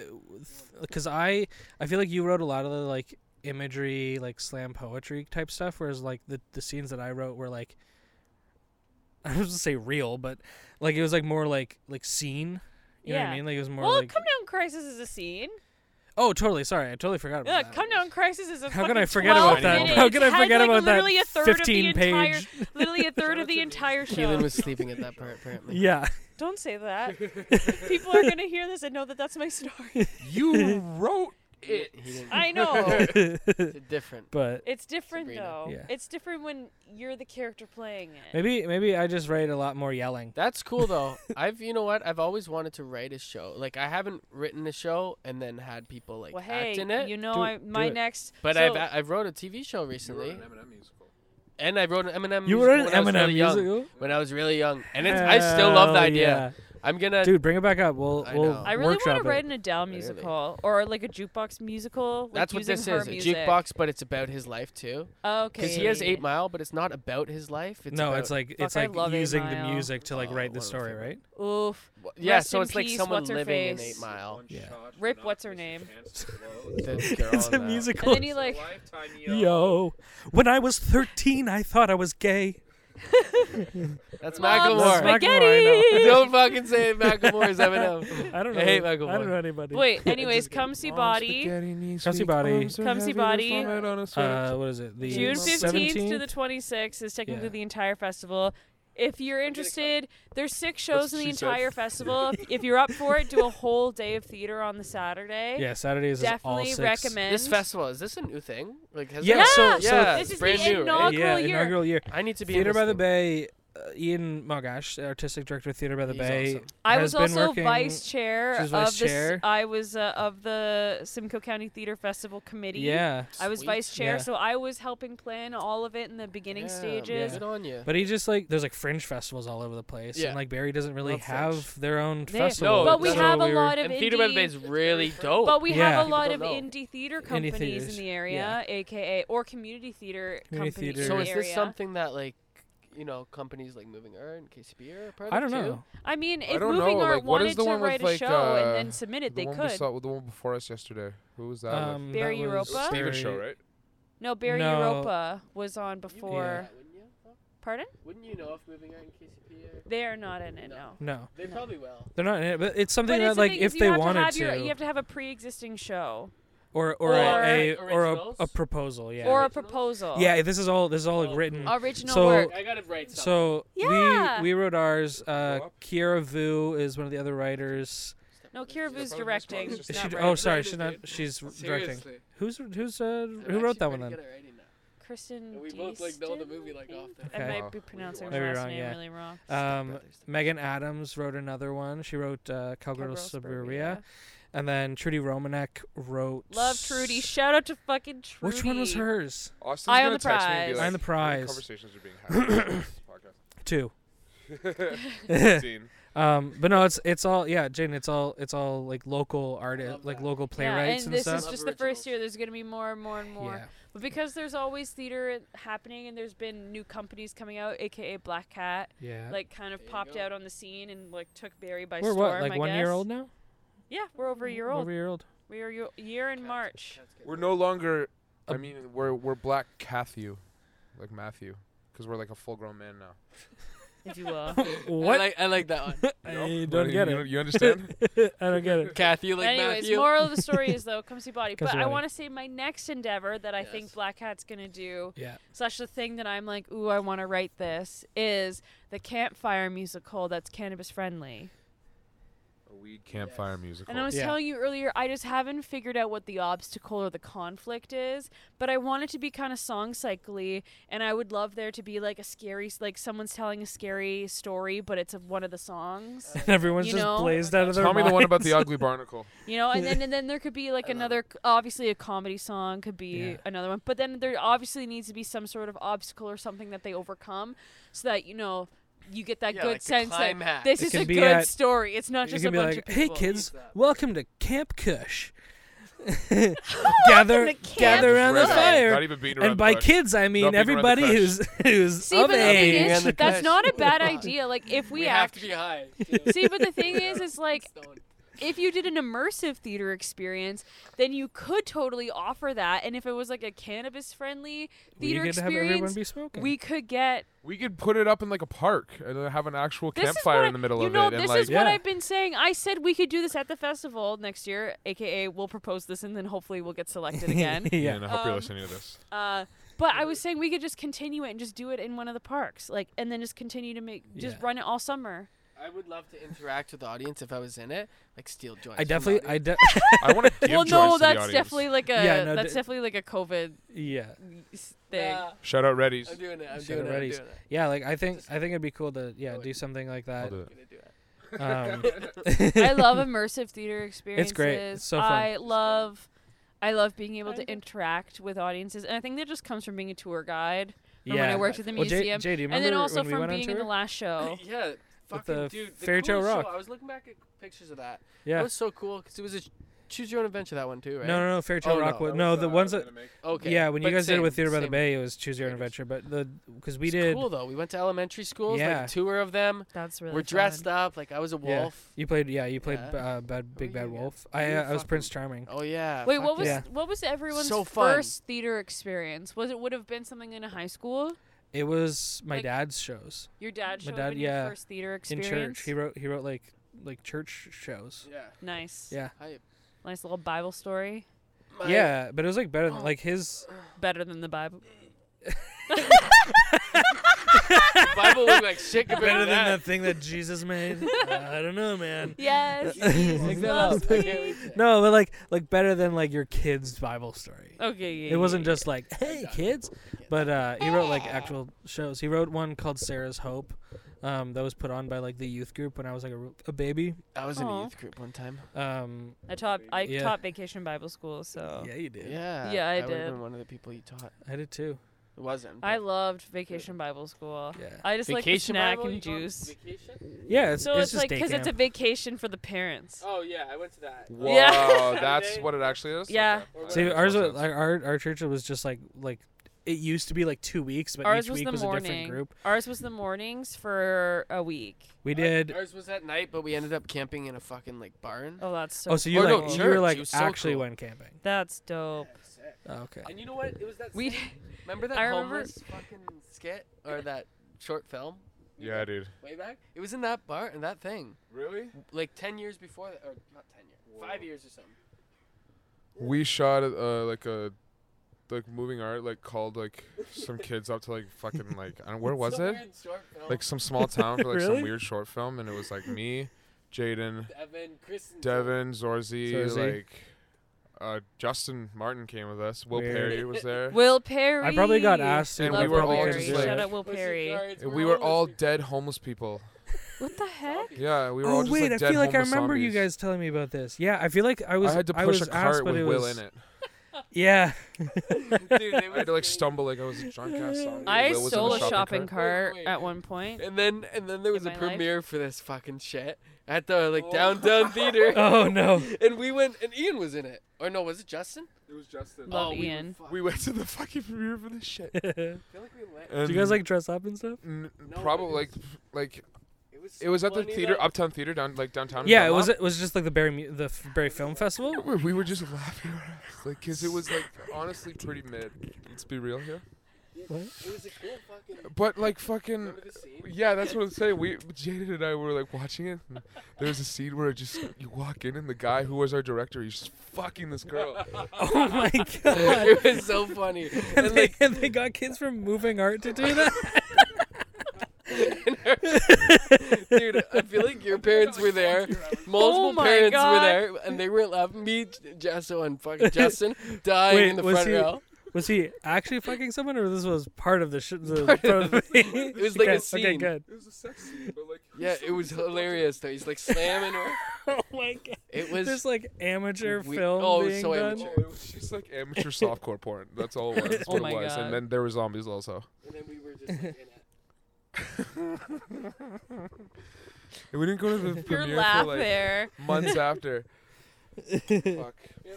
because I I feel like you wrote a lot of the like imagery like slam poetry type stuff, whereas like the the scenes that I wrote were like *laughs* I was gonna say real, but like it was like more like like scene. You know what I Yeah. mean? Like it was more Well, like Come Down Crisis is a scene. oh totally sorry I totally forgot about Yeah, that. Come Down Crisis is a How fucking could I forget about 12 that? minutes. How could I Had, forget like, about that literally A third of 15 the entire, page? *laughs* literally a third of the entire show. *laughs* Keelan was sleeping at that part, apparently. yeah. Don't say that. *laughs* People are gonna hear this and know that that's my story. You wrote it. He didn't- I know. *laughs* it's different. *laughs* but It's different Sabrina. though. Yeah. It's different when you're the character playing it. maybe maybe I just write a lot more yelling. That's cool though. *laughs* I've you know what? I've always wanted to write a show. Like I haven't written a show and then had people like well, act hey, in it. you know, Do I, it, do my it. next. but so, I've I've wrote a TV show recently, and I wrote an Eminem. You musical were in Mm. when I was Eminem really young. musical. when I was really young, and it's, I still love the Hell idea. yeah. I'm gonna. Dude, bring it back up. We'll I we'll know. I really workshop want to it. write an Adele musical or like a jukebox musical. Like that's what using this her is. Music. A jukebox, but it's about his life too. Okay. Because he has Eight Mile, but it's not about his life. It's no, about- it's like it's Fuck, I like love Eight using the Mile. music to like Oh, write the one of my story, favorite. *laughs* right? Oof. yeah. Rest So in it's like peace, someone what's her living in face? Eight Mile. Yeah. Rip, what's her name? *laughs* The girl It's a in that. musical. And then he like Yo, when I was 13, I thought I was gay. That's Mom, Macklemore. Macklemore. Macklemore, *laughs* spaghetti. *laughs* Don't fucking say Macklemore is *laughs* Eminem. I don't know. I hate Michael I don't Moore. know anybody. *laughs* Wait. Anyways, come see body. Come see Body. Come see Body. Uh, what is it? The June fifteenth 17th? to the twenty sixth is technically Yeah. the entire festival. If you're interested, there's six shows That's in what the she said. entire festival. If- if you're up for it, do a whole day of theater on the Saturday. Yeah, Saturdays is all Definitely six. recommend. This festival is this a new thing? Like has Yeah, it- so- so- yeah, this it's is brand the new, inaugural right? Yeah, year. inaugural year. I need to be in Theater this by the thing. Bay. Uh, Ian Mogash, artistic director of Theater by the He's Bay, awesome. I has was been also working- vice chair She was of vice the. s- chair. I was uh, of the Simcoe County Theater Festival committee. Yeah, I was Sweet. vice chair, Yeah. so I was helping plan all of it in the beginning Yeah, stages. Good on you. But he just like there's like fringe festivals all over the place, Yeah. and like Barry doesn't really Love have fringe. their own They- festival. No, but we so have a were- lot of and indie. Theater by the Bay is really *laughs* dope. But we Yeah. have a lot of People don't know. indie theater Indie companies theaters, in the area, aka or community theater Community companies theater. so in is the this area. something that like you know companies like Moving Art and KCB are a part I of don't too? know. I mean, I if don't Moving know, Art like, what is wanted the to one with, write a like, show uh, and then submit it, The they one could. besa- the one before us yesterday. Who was that? with? Um, Barry that was Europa? Steven's Barry- show, right? no, Barry No. Europa was on before. Wouldn't you? Pardon? Wouldn't you know if Moving Art and KCP are? They are not in it. No. No, They probably will. they're not in it. But it's But something it's that the like thing if is you they have to wanted have your, you have to have a pre-existing show. or or, a, a Or or a, a originals. proposal. Yeah. or a Originals? proposal. yeah. This is all. This is all like, Oh, written. Original So- work. I gotta write something. So Yeah. we we wrote ours. Uh, Go up. Kira Vu is one of the other writers. No, Kiravu's Yeah, probably this directing. one's Is just she, not d- writing. oh, sorry, she's not. She's r- directing. Seriously. Who's who's uh, who wrote that one then? Kristen. We both, like, know the Deaston, movie, like, I off think? the- Okay. I might be pronouncing Maybe her last wrong, name yeah. really wrong. Um, Megan Adams wrote another one. She wrote uh, Cowgirl Cowgirl Suburbia, Suburbia. and then Trudy Romanek wrote Love Trudy. Shout out to fucking Trudy. Which one was hers? Austin's Eye on gonna the text me and be prize. like, Eye on "What the prize." Conversations are *coughs* being had on this *laughs* Two. *laughs* podcast. Dean, Um, but no, it's it's all yeah, Jane. It's all it's all like local artists, love like that. local Yeah, playwrights and and, this stuff. is just the first year. There's gonna be more and more and more. yeah, But because there's always theater happening and there's been new companies coming out, aka Black Cat, yeah. like kind of There you popped go. out on the scene and like took Barry by we're storm. what, like I one guess. year old now? Yeah, we're over a year old. Over a year *laughs* old. We are a year in March. we're no longer. I Um, mean, we're we're black Matthew, like Matthew, because we're like a full-grown man now. If you will. What? I what? like, I like that one. *laughs* I, You know? don't You- get you, it. You understand? *laughs* I don't get *laughs* it. *laughs* Kathy, you *laughs* like Anyways, Matthew. moral of the story is though, come see body. Come but see I body. want to say my next endeavor that I think Yes. Black Hat's gonna do, Yeah. slash the thing that I'm like, ooh, I want to write this, is the campfire musical that's cannabis friendly. a weed campfire Yes. musical. And I was Yeah. telling you earlier, I just haven't figured out what the obstacle or the conflict is. But I want it to be kind of song cycly, and I would love there to be like a scary, like someone's telling a scary story, but it's of one of the songs. And everyone's You just know? blazed out of their Tell me the *laughs* one about the minds. ugly barnacle. You know, and then and then there could be like *laughs* I love another, obviously a comedy song could be Yeah. another one, but then there obviously needs to be some sort of obstacle or something that they overcome, so that you know you get that Yeah, good like the sense that climax. this It is can a be good at- story. It's not You just can a be bunch like, of "Hey people. kids, Love that. welcome to Camp *laughs* Kush. gather, Welcome to gather Camp around the Just red eye, Not fire." even beating around And by the bush. kids, I mean beat around the everybody bush. who's who's See, of but the thing age. is, And the that's crash. not a *laughs* bad idea. Like if we, we have act, to be high. *laughs* see, but the thing is, *laughs* is like if you did an immersive theater experience, then you could totally offer that. And if it was like a cannabis friendly We theater could have everyone experience, be smoking. *laughs* we could get We could put it up in like a park and then have an actual This is campfire what I- in the middle you of know, it. This and like, is what Yeah. I've been saying. I said we could do this at the festival next year, aka we'll propose this and then hopefully we'll *laughs* get selected again. yeah. and I hope you're Um, listening to this. uh, but I was saying we could just continue it and just do it in one of the parks, like, and then just continue to make just Yeah. run it all summer. I would love to interact with the audience if I was in it. Like steal joints. I definitely, I de- I want to give *laughs* well, joints no, to the that's audience. definitely like a Yeah, no, that's d- definitely like a COVID yeah, s- thing. Shout out Reddy's. I'm doing it. I'm Shout doing out it. I'm doing Reddy's. it. yeah. Like I think, I think it'd be cool to yeah Oh, do something like I'll that. do it. I'm gonna do it. Um, *laughs* *laughs* I love immersive theater experiences. It's great. It's so fun. I love, I love being able to interact with audiences, and I think that just comes from being a tour guide. From when I Yeah. worked at the well, Jay, museum, Jay, do you and then remember also when we from went on being in the tour? last *laughs* show. yeah, fucking oh. the dude. The Fairy Tale coolest Rock. Show. I was looking back at pictures of that. Yeah. That was so cool because it was a ch- choose your own adventure that one too, right? No, no, no. Fairytale Oh, no, Rock. No, that uh, no the ones that. Okay. Yeah, when you but guys did it same- with Theater by the same. Bay, it was Choose Your Own Creators. Adventure. But the because we It's did, cool though. We went to elementary schools, like Yeah. a tour of them. That's really. We're dressed up like I was a Yeah. wolf. you played. Yeah, you played Yeah. b uh, bad, Big were you Bad again? Wolf. You I were uh, I was fucking- Prince Charming. Oh yeah. Wait, fuck what was yeah. yeah. what was everyone's So fun. first theater experience? Was it would have been something in a high school? It was my Like- dad's shows Your dad My showed dad- in your yeah. first theater in experience. church. He wrote he wrote like like church shows. Yeah. nice. Yeah. Hype. Nice little Bible story. My- Yeah, but it was like better than like his. Better than *laughs* the Bible. Bible looked like shit compared *laughs* Better to than that. that thing that Jesus made. I don't know, man. *laughs* Yes. Look that up. loves I can't wait me. *laughs* to- No, but like like better than like your kid's Bible story. Okay. Yeah, It wasn't yeah, just like, hey kids, but uh, he wrote like actual shows. He wrote one called Sarah's Hope, um, that was put on by like the youth group when I was like a, r- a baby. I was in Aw. a youth group one time. Um, yeah. I taught I Yeah. taught vacation Bible school, so yeah, you did. Yeah. Oh, Yeah, I I would've did. been one of the people you taught. I did too. It wasn't. I but- loved vacation Bible school. Yeah, I just vacation like the snack Bible, and you call it? juice. Vacation? yeah. It's, So it's, it's, just like because it's a vacation for the parents. Oh yeah, I went to that. Wow, *laughs* Yeah. *laughs* that's Saturday. what it actually is. Yeah. Okay. See, That ours makes was, more sense. like, our our church was just like like it used to be like two weeks, but Ours each was week the was a morning. different group. Ours was the mornings for a week. We did. Ours was at night, but we ended up camping in a fucking like barn. Oh, that's so. oh, so you Or like no, you church. were It like was so actually cool. went camping. that's *laughs* dope. Oh, okay. And you know what? It was that. We same- remember that I remember- homeless fucking skit or that short film Yeah, dude. way back? It was in that bar and that thing, Really? like ten years before that, or not ten years, Whoa. five years or something. we shot uh, like a like moving art like called like some kids up to like fucking like I don't, where was it like some small town for like some Really? weird short film and it was like me, Jaden, Devin, Kristen, Devin, Zorzi, Zorzi. like uh, Justin Martin came with us. Will Weird. Perry was there. Will Perry. I probably got asked to. And but we I Love were probably all Will couldn't just do Perry. it. like- Shout out Will Perry. And we were all dead homeless people. What the heck? Yeah, we were all oh just wait, like I dead feel like I homeless remember you zombies. guys telling me about this. Yeah, I feel like I was. I had to push was a asked, cart but with it Will was- in it. Yeah. *laughs* *laughs* I had to like stumble like I was a drunk *laughs* ass zombie. and I Will was in stole the a shopping cart Wait, wait. at one point. And then and then there was In a my life. premiere for this fucking shit at the like Oh. downtown *laughs* theater. Oh no. *laughs* And we went and Ian was in it. Or no, was it Justin? It was Justin. Love oh, we were Ian. *laughs* fucked. We went to the fucking premiere for this shit. *laughs* do I feel like we went. And you guys like dress up and stuff? N- No, probably it like like It was, it was at the funny theater, that- Uptown Theater, down like downtown. in Yeah, it was. Dunlop. It was just like the Barry Mu- the f- Barry Film *laughs* Festival. We- We were just laughing, our ass, like, cause it was like honestly pretty mid. Let's be real here. It was a cool *laughs* fucking. But like fucking, Remember the scene? yeah, that's what I'm saying. We Jaden and I were like watching it. And there was a scene where just you walk in and the guy who was our director, he's just fucking this *laughs* *laughs* girl. Oh my god. it was *laughs* so funny. *laughs* and, And they, like, and they got kids from moving art to do that. *laughs* dude, I feel like your parents were there. Multiple Oh my parents were God. there, and they weren't laughing. Me, J- Jesso, and *laughs* fucking Justin dying Wait, in the was front he- row. *laughs* Was he actually fucking someone, or this was part of the sh- the, Part of part of *laughs* the It was like a okay, Okay, scene. good. It was a sex scene, but *laughs* like. who Yeah, saw it was this? hilarious though. He's like slamming her. *laughs* Oh my god. It There's was. like amateur we- film oh, it was being so done. amateur. Oh, it was just like *laughs* amateur softcore porn. That's all it was. That's Oh what my it was. God. And then there were zombies also. And then we were just like, in it. And we didn't go to the Your premiere laugh for like there. months *laughs* after. *laughs* Fuck. It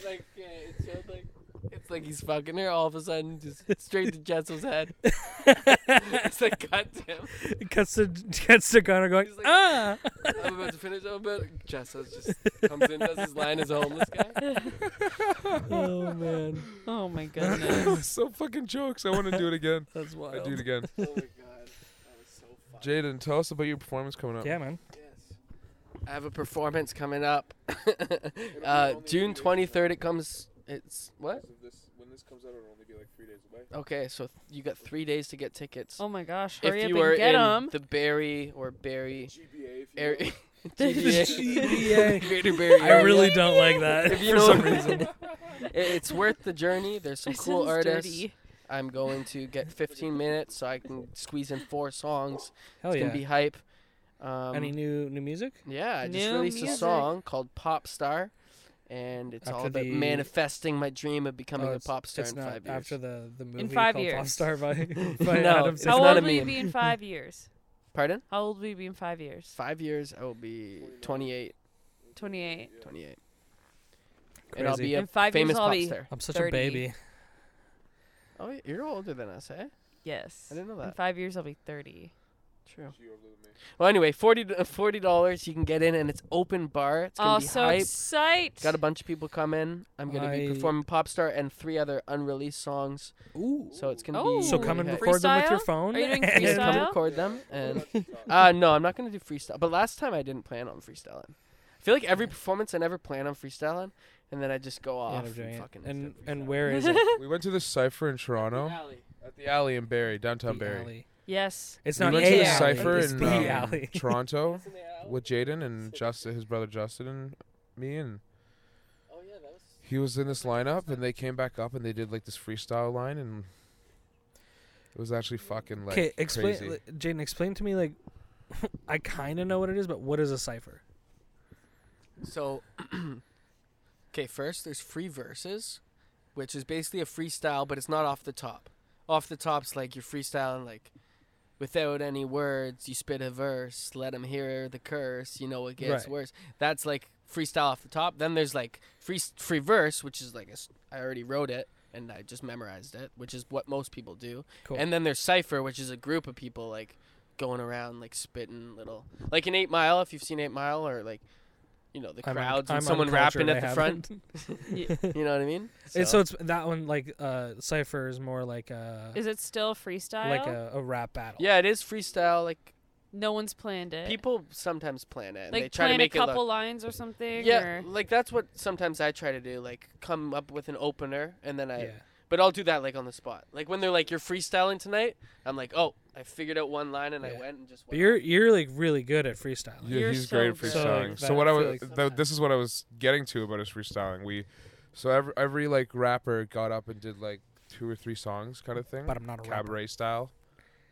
like, yeah, it showed like. It's like he's fucking her all of a sudden, just straight to Jessel's head. *laughs* it's *laughs* like, goddamn. It cuts to *laughs* cuts to Connor going He's like- ah. I'm about to finish up, but Jessel's just comes in, does his line as a homeless guy. *laughs* *laughs* Oh man, Oh *laughs* my goodness. so fucking jokes. I want to do it again. that's I wild. do it again. Oh my god, that was so fun. Jaden, tell us about your performance coming up. Yeah, man. Yes. I have a performance coming up. *laughs* uh, only June three days 23rd. It comes. It's what? So this, when this comes out, it'll only be like three days away. Okay, so th- you got three days to get tickets. Oh my gosh. Hurry if up you and are get in 'em. the Barry *laughs* or Barry GBA, if you area, GBA. *laughs* Greater Barry. I area. really don't like that If you for know- *laughs* some reason. I- It's worth the journey. *laughs* There's some That cool sounds artists. dirty. I'm going to get 15 minutes, so I can squeeze in four songs. Hell it's yeah. gonna be hype. Um, Any new new music? Yeah, I just New released a music. song called Pop Star, and it's all After about the- manifesting my dream of becoming Oh, a it's- pop star it's in not five years. after the the movie five called years. Pop Star by, *laughs* by No, Adam it's Sandler. How not old a will you meme. be in five years? Pardon? How old will you be in five years? Five years, I will be 28. *laughs* 28. 28. And I'll Crazy. be a In five years, famous I'll pop be- star. I'm such a 30. baby. Oh, y- you're older than us, eh? Yes. I didn't know In that. five years, I'll be 30. True. You over to me. Well, anyway, 40 d- uh, $40 dollars you can get in, and it's open bar. It's gonna Oh, be so hype. excited. Got a bunch of people coming. I'm gonna be I- performing Pop Star and three other unreleased songs. Ooh. So it's gonna Oh. be. So come and really hype. record them with your Freestyle? phone. Are you doing and- Yeah, *laughs* come freestyle? record them and Yeah. *laughs* Uh, no, I'm not gonna do freestyle. But last time I didn't plan on freestyling. I feel like every performance I never plan on freestyling, and then I just go Yeah, off. I'm doing and it. fucking And instead and freestyle. where *laughs* is it? We went to the cipher in Toronto at the alley in Barry, downtown The Barry. alley. *laughs* Yes. It's we not went a to the alley, cipher It's in the um, alley. *laughs* Toronto What? with Jaden and Justin, his brother Justin and me, and Oh yeah, that was. he was in this lineup, and they came back up and they did like this freestyle line, and it was actually fucking like Okay, explain, crazy. li- Jaden. Explain to me, like, *laughs* I kind of know what it is, but what is a cipher? So, *clears throat* okay, first there's free verses, which is basically a freestyle, but it's not off the top. Off the top's like you're freestyling like. Without any words, you spit a verse, let 'em hear the curse, you know it gets Right. worse. That's like freestyle off the top. Then there's like free free verse, which is like a s I already wrote it and I just memorized it, which is what most people do. Cool. And then there's Cypher, which is a group of people like going around like spitting little like in Eight Mile, if you've seen Eight Mile or like you know, the I'm un- crowds I'm and someone uncultured, rapping I at the haven't. *laughs* *laughs* front. You know what I mean? And so it's that one, like, uh, cipher is more like a Is it still freestyle? like a, a rap battle. Yeah, it is freestyle, like No one's planned it. People sometimes plan it. And like they try plan to make a it couple look. lines or something. Yeah, or- like that's what sometimes I try to do. Like come up with an opener, and then I. yeah. But I'll do that like on the spot. Like when they're like, "You're freestyling tonight," I'm like, "Oh, I figured out one line and I Yeah. went and just." But went." you're you're like really good at freestyling. Yeah, You're he's so great at good. So, like, freestyling. So, that- what I I feel was like th- this is what I was getting to about his freestyling. We so every, every like rapper got up and did like two or three songs kind of thing, But I'm not a rapper. cabaret style,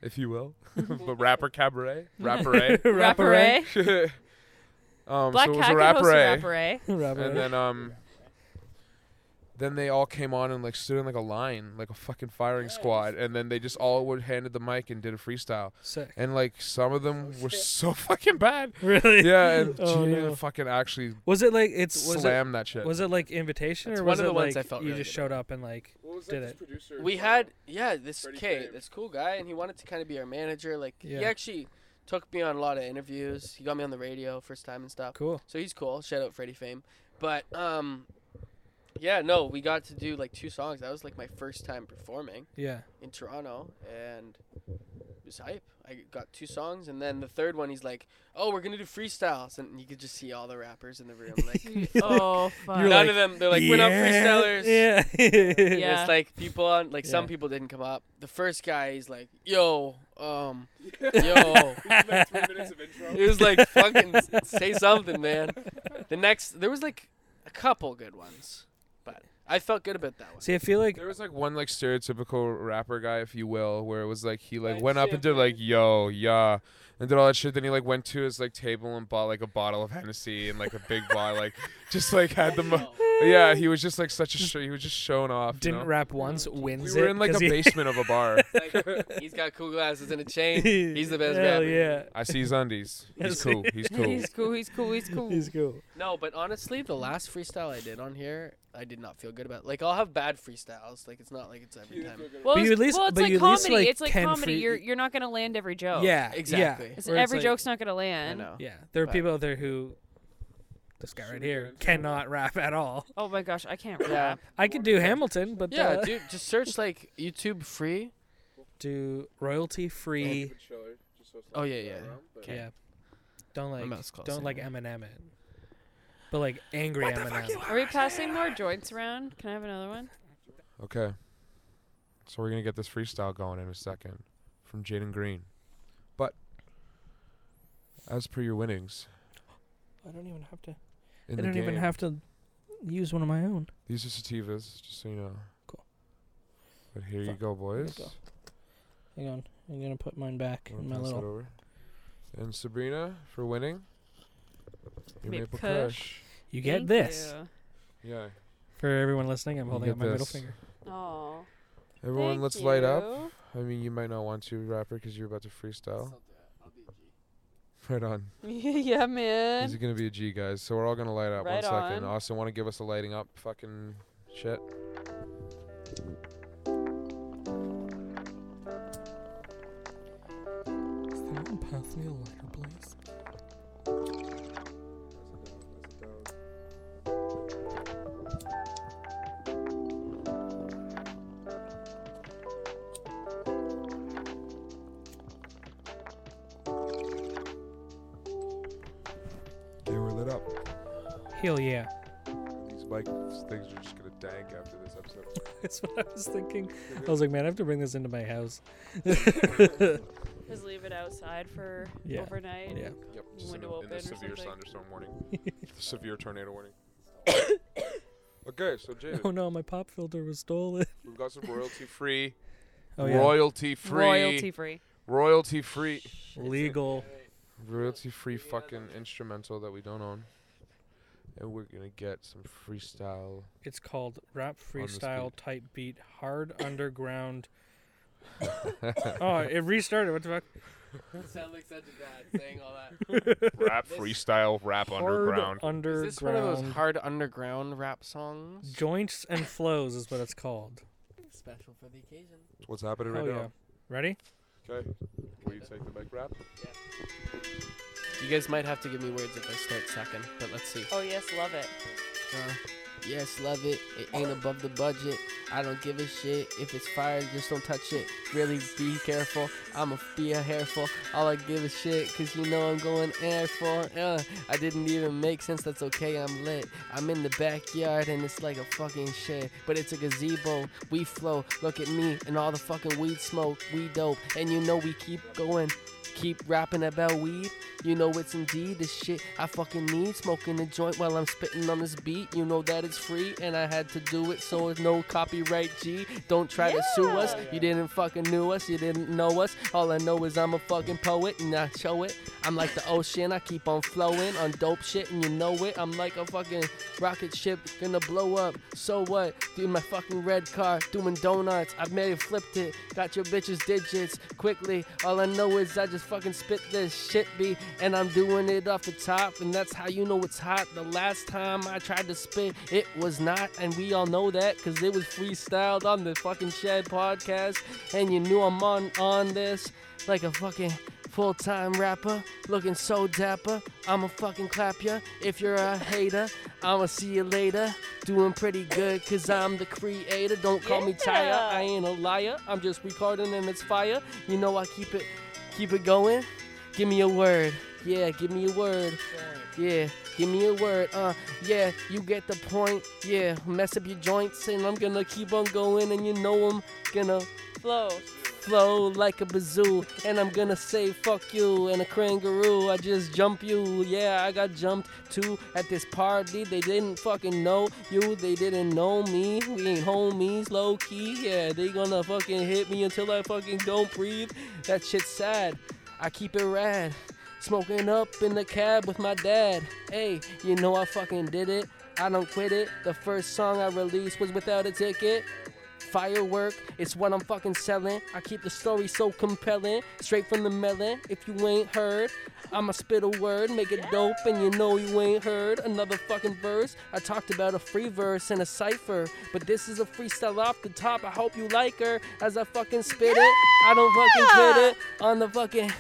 if you *laughs* will, *laughs* but rapper cabaret, rapper. *laughs* Rapparee. *laughs* um, Black so it was a Cat can host a rapper. rapparee. Rapper. and then um then they all came on and like stood in like a line like a fucking firing squad and then they just all were handed the mic and did a freestyle Sick. *laughs* and like some of them were so *laughs* fucking bad *laughs* Really? yeah and Oh, Jada no. fucking actually Was it like it's was slammed that shit it was it like invitation That's or one was of it the ones like I felt you really just good showed up and like What was Did that, this it. producer? we guy? had yeah this Freddie K Fame. this cool guy and he wanted to kind of be our manager like Yeah. he actually took me on a lot of interviews he got me on the radio first time and stuff cool. so he's cool shout out Freddie Fame but um yeah no we got to do like two songs that was like my first time performing Yeah. in Toronto and it was hype I got two songs and then the third one he's like oh we're gonna do freestyles and you could just see all the rappers in the room *laughs* like *laughs* oh *laughs* fuck. none eh? You're like, of them they're like we're not freestylers Yeah. *laughs* Yeah. *laughs* it's like people on like some Yeah. people didn't come up. The first guy, he's like, "Yo, um, *laughs* *laughs* Yo. like three minutes of Oh. intro. it was like fucking s- say something, man." The next, there was like a couple good ones, but I felt good about that one. See, I feel like there was like one like stereotypical rapper guy, if you will, where it was like he like Like went up and did like yo yeah, and did all that shit. Then he like went to his like table and bought like a bottle of Hennessy and like a big bottle, *laughs* like just like had the mo- yeah. He was just like such a sh- he was just showing off. you didn't know? rap once We wins it. were in like a 'cause he- *laughs* basement of a bar. Like, he's got cool glasses and a chain. He's the best Hell rapper. yeah. I see his undies. He's *laughs* Yes. cool. He's cool. He's cool. He's cool. He's cool. He's cool. No, but honestly, the last freestyle I did on here, I did not feel good about. Like I'll have bad freestyles. Like it's not like *laughs* it's every You time. didn't feel good well, But it's, you at least- well, it's but like you at least, comedy. like, it's like can comedy. free- You're you're not gonna land every joke. Yeah. Exactly. Yeah. It's- Where it's every like- joke's not gonna I land. know. Yeah. There are But- people out there who this guy Should right we get here into it? cannot rap at all. Oh my gosh, I can't Yeah. rap. I could do Hamilton, but Yeah, uh, dude, just search like YouTube free. do royalty free. Open chiller, just so it's Oh, not yeah, that yeah. round, but- Yeah. Don't like mouse call don't sign. like Eminem it. But like angry Eminem. Are we passing more joints around? Can I have another one? Okay. So we're gonna get this freestyle going in a second from Jaden Green, but as per your winnings I don't even have to. in I the don't game, even have to use one of my own. These are sativas, just so you know. Cool. But here you Fuck. go, boys. go. Hang on. I'm gonna put mine back Wanna in my pass that little. over? And Sabrina for winning. Your Maple Maple Kush. Kush. You get Thank this you. Yeah. for everyone listening. I'm You holding get up my middle this. finger. Aw, *laughs* Everyone, thank let's light up. you. I mean, you might not want to, rapper, because you're about to Oh. freestyle. Right on. yeah, He's man. gonna be a G, guys. So we're all gonna light up. Right One on. second. Austin, want to give us a lighting up fucking shit? Does anyone pass me a lighter, please? Okay, we're lit up. Hell yeah. These mic things are just gonna dank after this episode. *laughs* That's what I was thinking. I was like, man, I have to bring this into my *laughs* house. Just leave it outside for Yeah. overnight. Yeah. Yep. just in Window the- in the open or severe something. thunderstorm warning. *laughs* severe tornado *coughs* warning. okay, so Jaden, Oh no, my pop filter was *laughs* stolen. we've got some royalty-free, Oh yeah. royalty-free, Royalty free. royalty-free, Legal. royalty-free fucking instrumental that we don't own, and we're gonna get some *laughs* freestyle. It's called rap On the freestyle speed. type beat *laughs* hard underground. oh, it restarted. What the fuck? Sound like such *laughs* a guy saying all that. rap freestyle, rap Hard Is underground. this one of those hard underground rap songs? Joints and flows is what it's called. Special for the occasion. What's happening Oh right yeah. Ready? now? Okay, will you take the mic rap? You guys might have to give me words if I start sucking, but let's see. Oh yes, love it. Uh, Yes, love it. It ain't above the budget. I don't give a shit. If it's fire, just don't touch it. Really be careful. I'ma be a hairful. All I give a shit, cause you know I'm going air for. Uh, I didn't even make sense. That's okay. I'm lit. I'm in the backyard and it's like a fucking shit. But it's a gazebo. We flow. Look at me and all the fucking weed smoke. We dope. And you know we keep going. Keep rapping about weed. You know it's indeed the shit I fucking need. Smoking a joint while I'm spitting on this beat. You know that it's free and I had to do it so it's no copyright G. Don't try to sue us. You didn't fucking knew us. You didn't know us. All I know is I'm a fucking poet and I show it. I'm like the ocean. I keep on flowing on dope shit and you know it. I'm like a fucking rocket ship gonna blow up. So what? Dude, my fucking red car doing donuts. I've made it flipped it. Got your bitches digits quickly. All I know is I just fucking spit this shit be and I'm doing it off the top and that's how you know it's hot. The last time I tried to spit, it was not and we all know that cuz it was freestyled on the fucking Shed podcast and you knew I'm on on this like a fucking Full time rapper, looking so dapper. I'ma fucking clap ya. If you're a hater, I'ma see you later. Doing pretty good, cause I'm the creator. Don't call me tired, Yeah. I ain't a liar. I'm just recording and it's fire. You know I keep it, keep it going. Give me a word. Yeah, give me a word. Yeah, give me a word. Uh, yeah, you get the point. Yeah, mess up your joints and I'm gonna keep on going and you know I'm gonna Flow. flow like a bazoo and i'm gonna say fuck you and a kangaroo i just jump you yeah i got jumped too at this party they didn't fucking know you they didn't know me we ain't homies low key yeah they gonna fucking hit me until i fucking don't breathe that shit's sad i keep it rad smoking up in the cab with my dad hey you know i fucking did it i don't quit it the first song i released was without a ticket Firework, it's what I'm fucking selling. I keep the story so compelling, straight from the melon. If you ain't heard, I'ma spit a word, make it dope, and you know you ain't heard. Another fucking verse. I talked about a free verse and a cipher, but this is a freestyle off the top. I hope you like her as I fucking spit it. I don't fucking quit it on the fucking.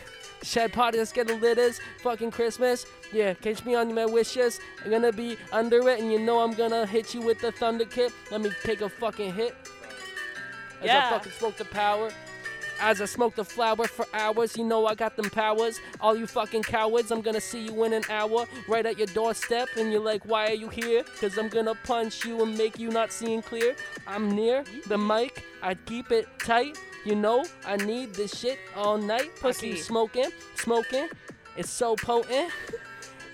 Shed party, let's get the litters. Fucking Christmas. Yeah, catch me on my wishes. I'm gonna be under it, and you know I'm gonna hit you with the thunder kick. Let me take a fucking hit. As Yeah. I fucking smoke the power. As I smoke the flower for hours, you know I got them powers. All you fucking cowards, I'm gonna see you in an hour, right at your doorstep, and you're like, why are you here? Cause I'm gonna punch you and make you not seeing clear. I'm near the mic, I keep it tight. You know, I need this shit all night. I Pussy. keep smoking, smoking, it's so potent.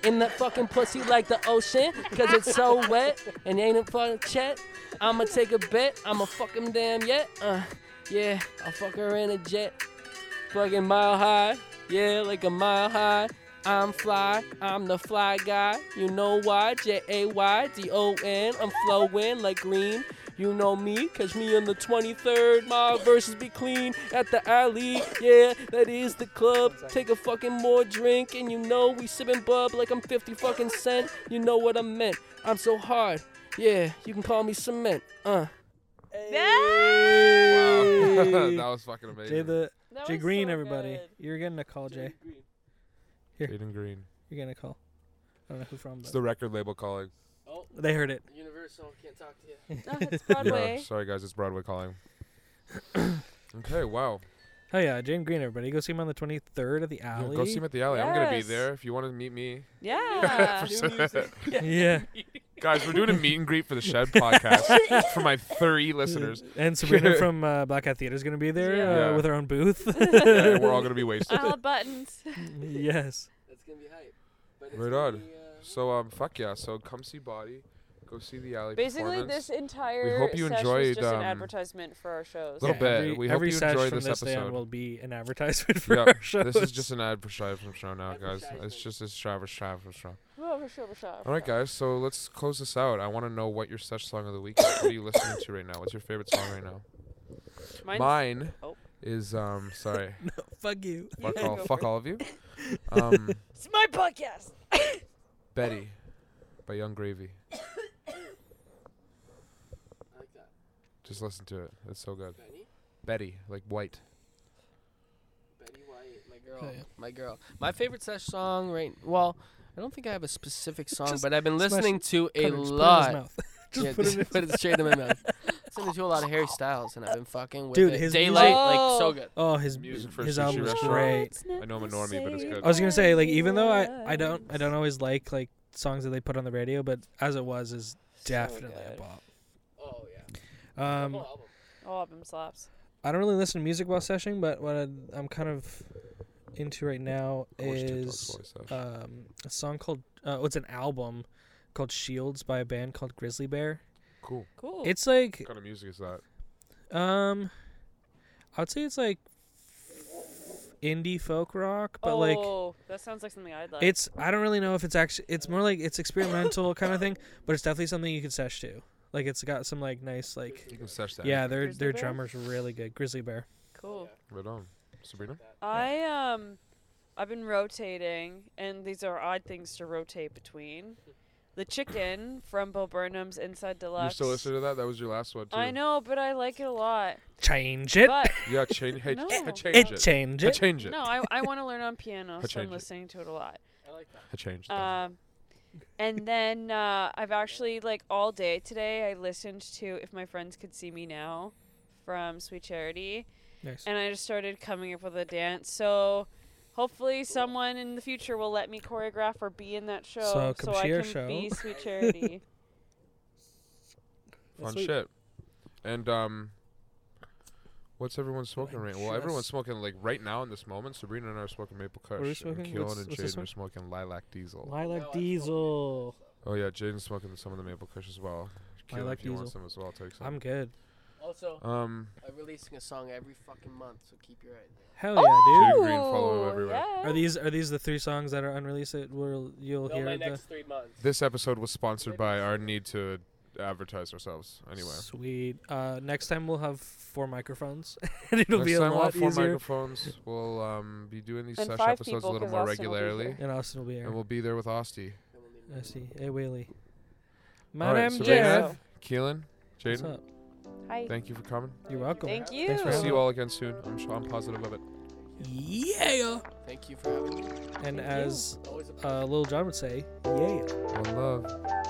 In the fucking pussy like the ocean, cause it's so wet, and ain't it fun chat? I'ma take a bet. I'ma fuck him damn yet. Uh, yeah, I'll fuck her in a jet. Fucking mile high. Yeah, like a mile high. I'm fly. I'm the fly guy. You know why? J A Y D O N. I'm flowing like green. You know me, cause me on the 23rd, my verses be clean at the alley. Yeah, that is the club. Take a fucking more drink, and you know we sippin' bub like I'm 50 fucking cent. You know what I meant. I'm so hard. Yeah, you can call me cement. Uh. Wow. Hey. *laughs* that was fucking amazing. Jay the That Jay was Green, so everybody. good. You're getting a call, Jay. here. Jaden Green. You're getting a call. I don't know who from, It's but the record label calling. Oh, they heard it. Universal can't talk to you. Oh, *laughs* it's Yeah, Broadway. sorry guys, it's Broadway calling. *coughs* okay, wow. Oh yeah, Jay Green, everybody. Go see him on the 23rd at the Yeah, alley. go see him at the alley. I'm gonna be Yes. there if you want to meet me. *laughs* Yeah. *laughs* yeah. Guys, we're doing a meet and greet for the *laughs* Shed *laughs* podcast for my 30 *laughs* listeners. *laughs* And Sabrina from uh, Black Hat Theater is going to be there Yeah. uh, Yeah. with her own *laughs* booth. *laughs* Yeah, we're all gonna be wasted. *laughs* All buttons. yes. That's gonna be hype. it's Right gonna on. be, uh, So um, fuck yeah. So come see Body, go see the alley. Basically, performance. this entire hope you session enjoyed, is just um, an advertisement for our shows. Little bit. Every, We hope every you sash enjoyed from this this day on episode. will be an advertisement *laughs* for Yeah, our show. This is just an ad for Strive from Show now, guys. Advertisement. It's just a Strive for Strive from Show. Oh, for sure, for sure. All right, guys. So let's close this out. I want to know what your Sesh song of the week is. What are you listening to right now? What's your favorite song right now? Mine's- Mine Oh. is um. *laughs* Sorry. fuck you. fuck *laughs* Yeah, all. go Fuck for it. all of you. Um, It's my podcast. Betty, by Young Gravy. I like that. Just listen to it. It's so good. Benny? Betty, like white. Betty White, my girl. Oh, yeah. My girl. My favorite Sesh song right well, I don't think I have a specific song, Just but I've been smash listening to Cut it, a just put it in his lot. mouth. Just yeah, put it in. put it straight in my mouth. Listening to a lot of Harry Styles, and I've been fucking with Dude, it. his music- Daylight, Oh. like so good. Oh, his Music for his sushi album was restaurant. great. I know I'm a normie, but it's good. I was gonna say like even though I I don't I don't always like like songs that they put on the radio, but as it was is definitely a good. bop. Oh yeah. Um, All of them slaps. I don't really listen to music while sessioning, but what I, I'm kind of into right now I wish TikTok's is voice actually- um, a song called uh, oh, it's an album called Shields by a band called Grizzly Bear. cool. Cool. It's like What kind of music is that? um, I would say it's like indie folk rock, but oh, like that sounds like something I'd like. It's I don't really know if it's actually it's more like it's *laughs* experimental kind of thing, but it's definitely something you could sesh to. Like it's got some like nice like You can search that. yeah, their Grizzly their Bear? drummer's really good. Grizzly Bear. cool. Right on. Sabrina? I um, I've been rotating, and these are odd things to rotate between. The chicken from Bo Burnham's Inside You Deluxe. still listening to that? That was your last one, too. I know, but I like it a lot. Change it. But Yeah, change, hey, *laughs* No. ha- change It it. change Ha- it. Change it. no, I, I want to learn on piano, I so I'm change it. listening to it a lot. I like that. Ha- Change it. Uh, Um, and then uh, I've actually like all day today I listened to "If My Friends Could See Me Now" from Sweet Charity, Nice. and I just started coming up with a dance. So hopefully someone in the future will let me choreograph or be in that show, So come I see our can *laughs* be show. Sweet Charity. Fun shit. And um, what's everyone smoking right? Well, everyone's smoking like right now in this moment. Sabrina and I are smoking maple kush. are we and smoking? Keelan What's- and what's Jaden this are smoking lilac diesel. Lilac Diesel. Oh yeah, Jaden's smoking some of the maple kush as well. Keelan, Lilac if you want Diesel. some as well, take some. I'm good. Also, Uh. um, I'm releasing a song every fucking month, so keep your eyes. Hell Oh, yeah, dude. Dude, green, follow him Oh, everywhere. yeah. Are these are these the three songs that are unreleased that will you'll No, hear my the next three months. this episode was sponsored by our need to advertise ourselves. Anyway, *laughs* Sweet. Uh, next time we'll have four microphones, *laughs* and it'll next be a time we'll lot have four easier. microphones. We'll um be doing these And session five episodes a people, little 'cause more Austin will be regularly, here. and Austin will be here. and we'll be there with Austie, I see. Hey, Whaley. All right, Madam so Jeff. Sabrina, Keelan, What's Jaden. up? Hi. Thank you for coming. You're welcome. Thank you. Thanks for We'll see you Wow. all again soon. I'm sure I'm positive of it. Yeah. Thank you for having me. And you. as Always a uh, Lil John would say, yeah. One love. Bye.